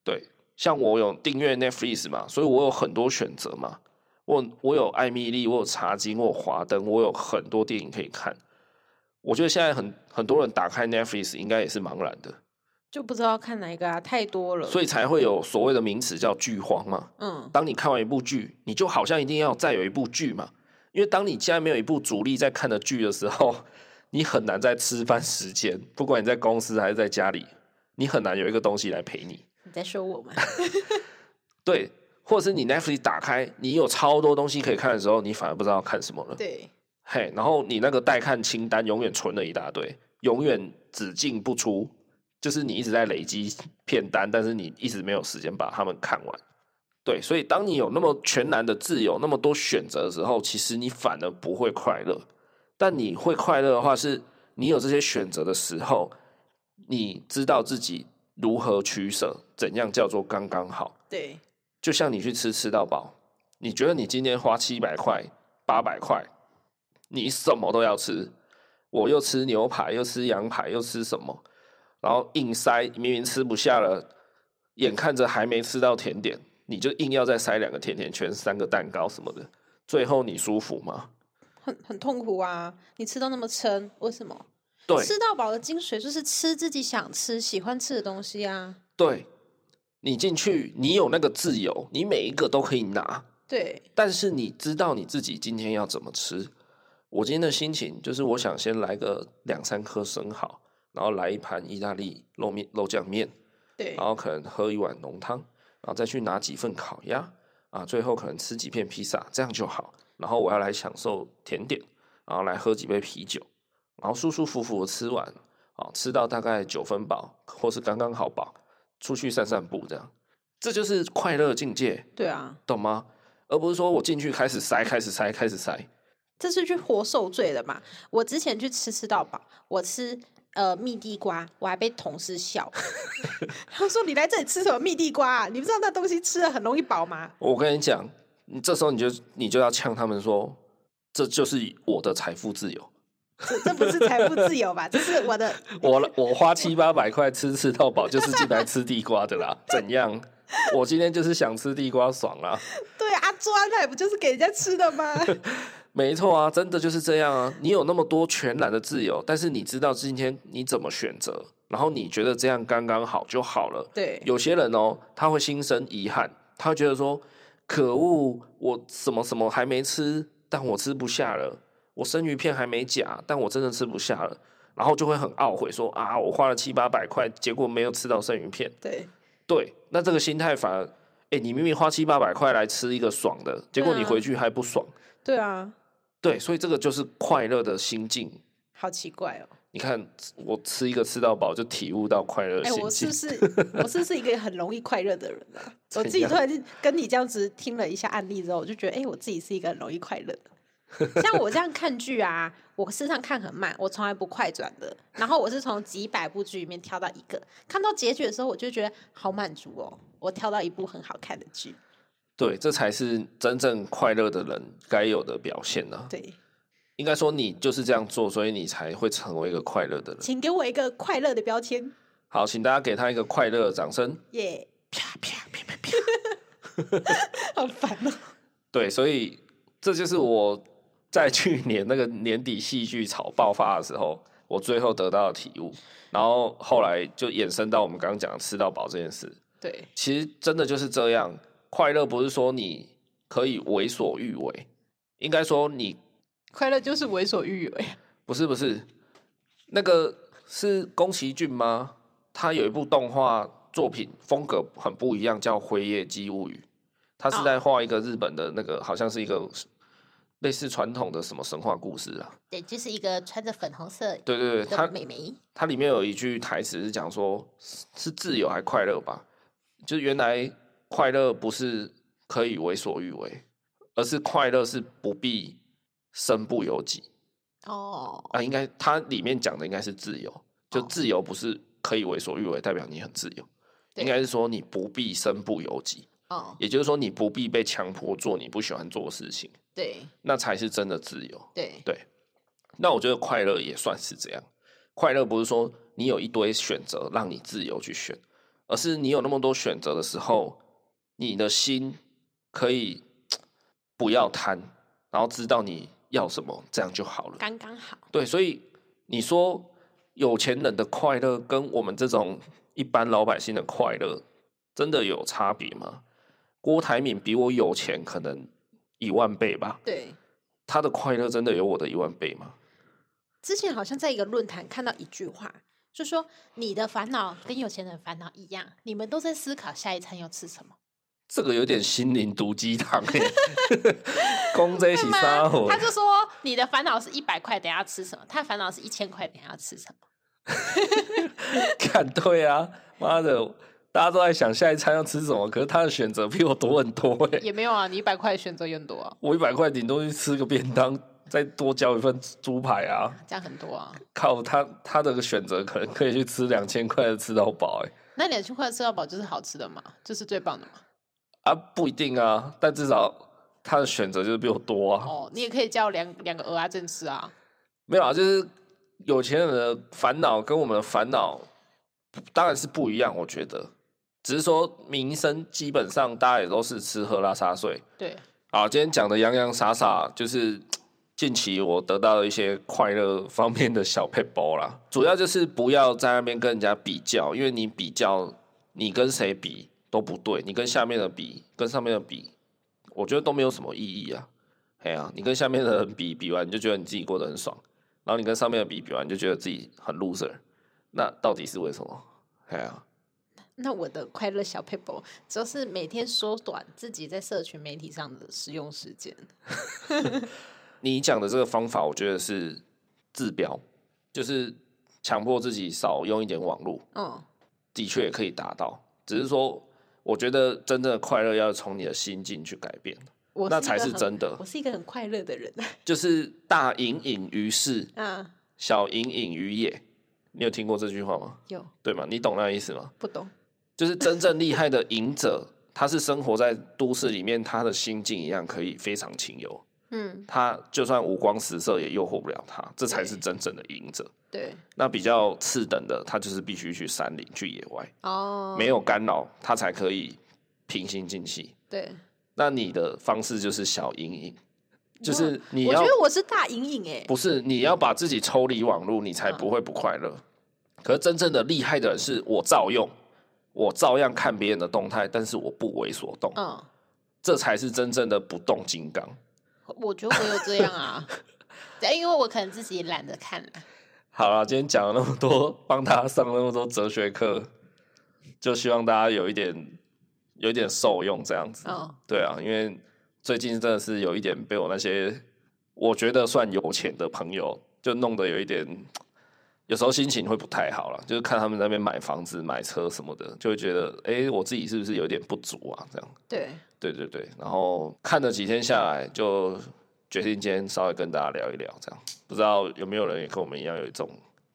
对，像我有订阅 Netflix 嘛，所以我有很多选择嘛。我我有艾米丽，我有茶经，我有华灯，我有很多电影可以看。我觉得现在很很多人打开 Netflix 应该也是茫然的，就不知道看哪一个啊，太多了，所以以才会有所谓的名词叫剧荒嘛。嗯，当你看完一部剧，你就好像一定要再有一部剧嘛，因为当你现在没有一部主力在看的剧的时候，你很难在吃饭时间， 不管你在公司还是在家里，你很难有一个东西来陪你。你在说我吗？对，或者是你 Netflix 打开，你有超多东西可以看的时候，你反而不知道看什么了。 对嘿，然后你那个待看清单永远存了一大堆，永远只进不出，就是你一直在累积片单，但是你一直没有时间把它们看完。对，所以当你有那么全然的自由，那么多选择的时候，其实你反而不会快乐。但你会快乐的话，是你有这些选择的时候，你知道自己如何取舍，怎样叫做刚刚好。对就像你去吃吃到饱，你觉得你今天花七百块、八百块，你什么都要吃，我又吃牛排，又吃羊排，又吃什么，然后硬塞，明明吃不下了，眼看着还没吃到甜点，你就硬要再塞两个甜甜圈、三个蛋糕什么的，最后你舒服吗？很很痛苦啊！你吃到那么撑，为什么？对吃到饱的精髓就是吃自己想吃、喜欢吃的东西啊。对，你进去，你有那个自由，你每一个都可以拿，对但是你知道你自己今天要怎么吃。我今天的心情就是，我想先来个两三颗生蚝，然后来一盘意大利肉面肉酱面，对然后可能喝一碗浓汤，然后再去拿几份烤鸭啊，最后可能吃几片披萨，这样就好。然后我要来享受甜点，然后来喝几杯啤酒，然后舒舒服服的吃完啊，吃到大概九分饱或是刚刚好饱，出去散散步，这样这就是快乐境界。对啊，懂吗？而不是说我进去开始塞，开始塞，开始塞。这是去活受罪了嘛？我之前去吃吃到饱，我吃呃蜜地瓜，我还被同事笑， 他说你来这里吃什么蜜地瓜、啊？你不知道那东西吃了很容易饱吗？我跟你讲，你这时候你就你就要呛他们说，这就是我的财富自由。这这不是财富自由吧？这是我的我我花七八百块吃吃到饱，就是进来吃地瓜的啦。怎样？我今天就是想吃地瓜，爽啦。对啊，抓那不就是给人家吃的吗？ 没错啊，真的就是这样啊。你有那么多全然的自由，但是你知道今天你怎么选择，然后你觉得这样刚刚好就好了。对有些人哦，他会心生遗憾，他会觉得说：“可恶，我什么什么还没吃，但我吃不下了；我生鱼片还没夹，但我真的吃不下了。”然后就会很懊悔说：“啊，我花了七八百块，结果没有吃到生鱼片。对”对，那这个心态反而，哎，你明明花七八百块来吃一个爽的，结果你对啊回去还不爽。对啊，对，所以这个就是快乐的心境好奇怪哦！你看我吃一个吃到饱，就体悟到快乐哎、我心境是不。是我是不是一个很容易快乐的人 啊？我自怎己样突然间跟你这样子听了一下案例之后，我就觉得，哎、我自己是一个很容易快乐的。像我这样看剧啊，我事实上看很慢，我从来不快转的。然后我是从几百部剧里面挑到一个，看到结局的时候，我就觉得好满足哦，我挑到一部很好看的剧。对，这才是真正快乐的人该有的表现呢、对，应该说你就是这样做，所以你才会成为一个快乐的人。请给我一个快乐的标签，好，请大家给他一个快乐的掌声。耶、啪啪啪啪啪。 好烦哦。对，所以这就是我在去年那个年底戏剧潮爆发的时候，我最后得到的体悟。然后后来就衍生到我们刚刚讲的吃到饱这件事，对，其实真的就是这样。快乐不是说你可以为所欲为，应该说你快乐就是为所欲为。啊不是不是那个是宫崎骏吗？他有一部动画作品风格很不一样，叫《辉夜姬物语》。他是哦在画一个日本的那个，好像是一个类似传统的什么神话故事啊。对，就是一个穿着粉红色对对对，他的美眉。它里面有一句台词是讲说，是是自由还快乐吧？就是原来快乐不是可以为所欲为，而是快乐是不必身不由己哦，啊。应该它里面讲的应该是自由，就哦自由不是可以为所欲为，代表你很自由。对应该是说你不必身不由己，哦，也就是说你不必被强迫做你不喜欢做的事情，对那才是真的自由。对那我觉得快乐也算是这样。快乐不是说你有一堆选择让你自由去选，而是你有那么多选择的时候，你的心可以不要贪，然后知道你要什么，这样就好了。刚刚好。对，所以你说有钱人的快乐跟我们这种一般老百姓的快乐真的有差别吗？郭台铭比我有钱可能一万倍吧，对，他的快乐真的有我的一万倍吗？之前好像在一个论坛看到一句话，就说你的烦恼跟有钱人烦恼一样，你们都在思考下一餐要吃什么。这个有点心灵毒鸡汤哎， 公在一起 撒火他，就 说你的烦恼是一百块，等一下要吃什么？他的烦恼是一千块，等一下要吃什么？看对啊，妈的，大家都在想下一餐要吃什么，可是他的选择比我多很多哎，也没有啊，你一百块的选择也很多啊，我一百块顶多去吃个便当，再多交一份猪排啊，这样很多啊。靠他他的选择可能可以去吃两千块的吃到饱哎，那两千块吃到饱就是好吃的嘛，就是最棒的嘛。啊不一定啊，但至少他的选择就是比我多啊，哦，你也可以叫两两个鹅啊正吃啊。没有啊，就是有钱人的烦恼跟我们的烦恼当然是不一样，我觉得，只是说民生基本上大家也都是吃喝拉撒睡对，啊。今天讲的洋洋洒洒，就是近期我得到了一些快乐方面的小 p e 啦，主要就是不要在那边跟人家比较，因为你比较你跟谁比都不对，你跟下面的比，跟上面的比，我觉得都没有什么意义啊。哎呀、你跟下面的人比比完，你就觉得你自己过得很爽，然后你跟上面的比比完，你就觉得自己很 loser，那到底是为什么？哎呀、那我的快乐小 paper 则是每天缩短自己在社群媒体上的使用时间。你讲的这个方法，我觉得是治标，就是强迫自己少用一点网络，嗯，的确也可以达到。只是说，我觉得真正的快乐要从你的心境去改变，我那一才个是很真的我是一个很快乐的人 就是大隐隐于市，啊，小隐隐于野。你有听过这句话吗？有对吗？你懂那个意思吗？不懂？就是真正厉害的赢者，他是生活在都市里面，他的心境一样可以非常清幽，嗯，他就算五光十色也诱惑不了他，这才是对真正的赢者。对，那比较次等的，他就是必须去山林、去野外，哦，没有干扰，他才可以平心静气。对，那你的方式就是小隐隐，就是你我要觉得我是大隐隐哎，不是你要把自己抽离网络，你才嗯不会不快乐。可是真正的厉害的人是我照用，我照样看别人的动态，但是我不为所动，嗯，这才是真正的不动金刚。我觉得我有这 样啊，对，因为我可能自己懒得看了。好了，今天讲了那么多，帮大家上那么多哲学课，就希望大家有一点有一点受用这样子。哦，对啊，因为最近真的是有一点被我那些我觉得算有钱的朋友，就弄得有一点，有时候心情会不太好了。就是看他们在那边买房子、买车什么的，就会觉得，哎、我自己是不是有点不足啊？这样，对，对对对。然后看了几天下来，就决定今天稍微跟大家聊一聊，这样不知道有没有人也跟我们一样有一种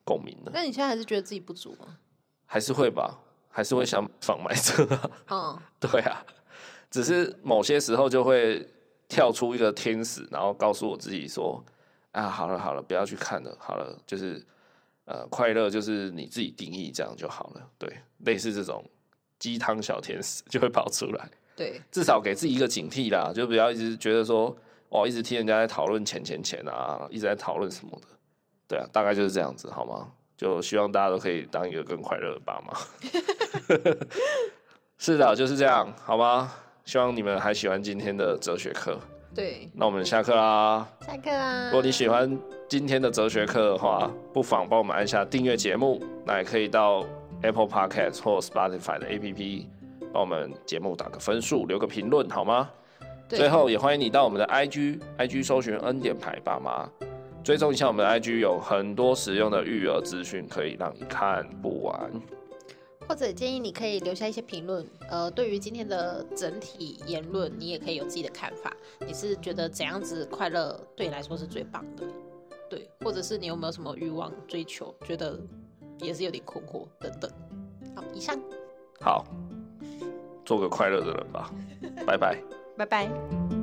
共鸣呢？那你现在还是觉得自己不足吗？还是会吧，还是会想放买车啊。嗯， 对啊，只是某些时候就会跳出一个天使，然后告诉我自己说：“啊，好了好了，不要去看了，好了，就是呃，快乐就是你自己定义，这样就好了。”对，类似这种鸡汤小天使 就会跑出来，对，至少给自己一个警惕啦，就不要一直觉得说哦，一直听人家在讨论钱钱钱啊，一直在讨论什么的。对啊，大概就是这样子，好吗？就希望大家都可以当一个更快乐的爸妈。 是的，就是这样，好吗？希望你们还喜欢今天的哲学课。对，那我们下课啦。下课啦。如果你喜欢今天的哲学课的话，不妨帮我们按下订阅节目，那也可以到 Apple Podcast 或 Spotify 的 APP 帮我们节目打个分数，留个评论，好吗？对最后也欢迎你到我们的 IG，IG 搜寻恩典牌爸妈，追踪一下我们的 IG，有很多实用的育儿资讯可以让你看不完。或者建议你可以留下一些评论，呃，对于今天的整体言论，你也可以有自己的看法。你是觉得怎样子快乐对你来说是最棒的？对，或者是你有没有什么欲望追求，觉得也是有点困惑等等。好，以上，好，做个快乐的人吧，拜拜。拜拜。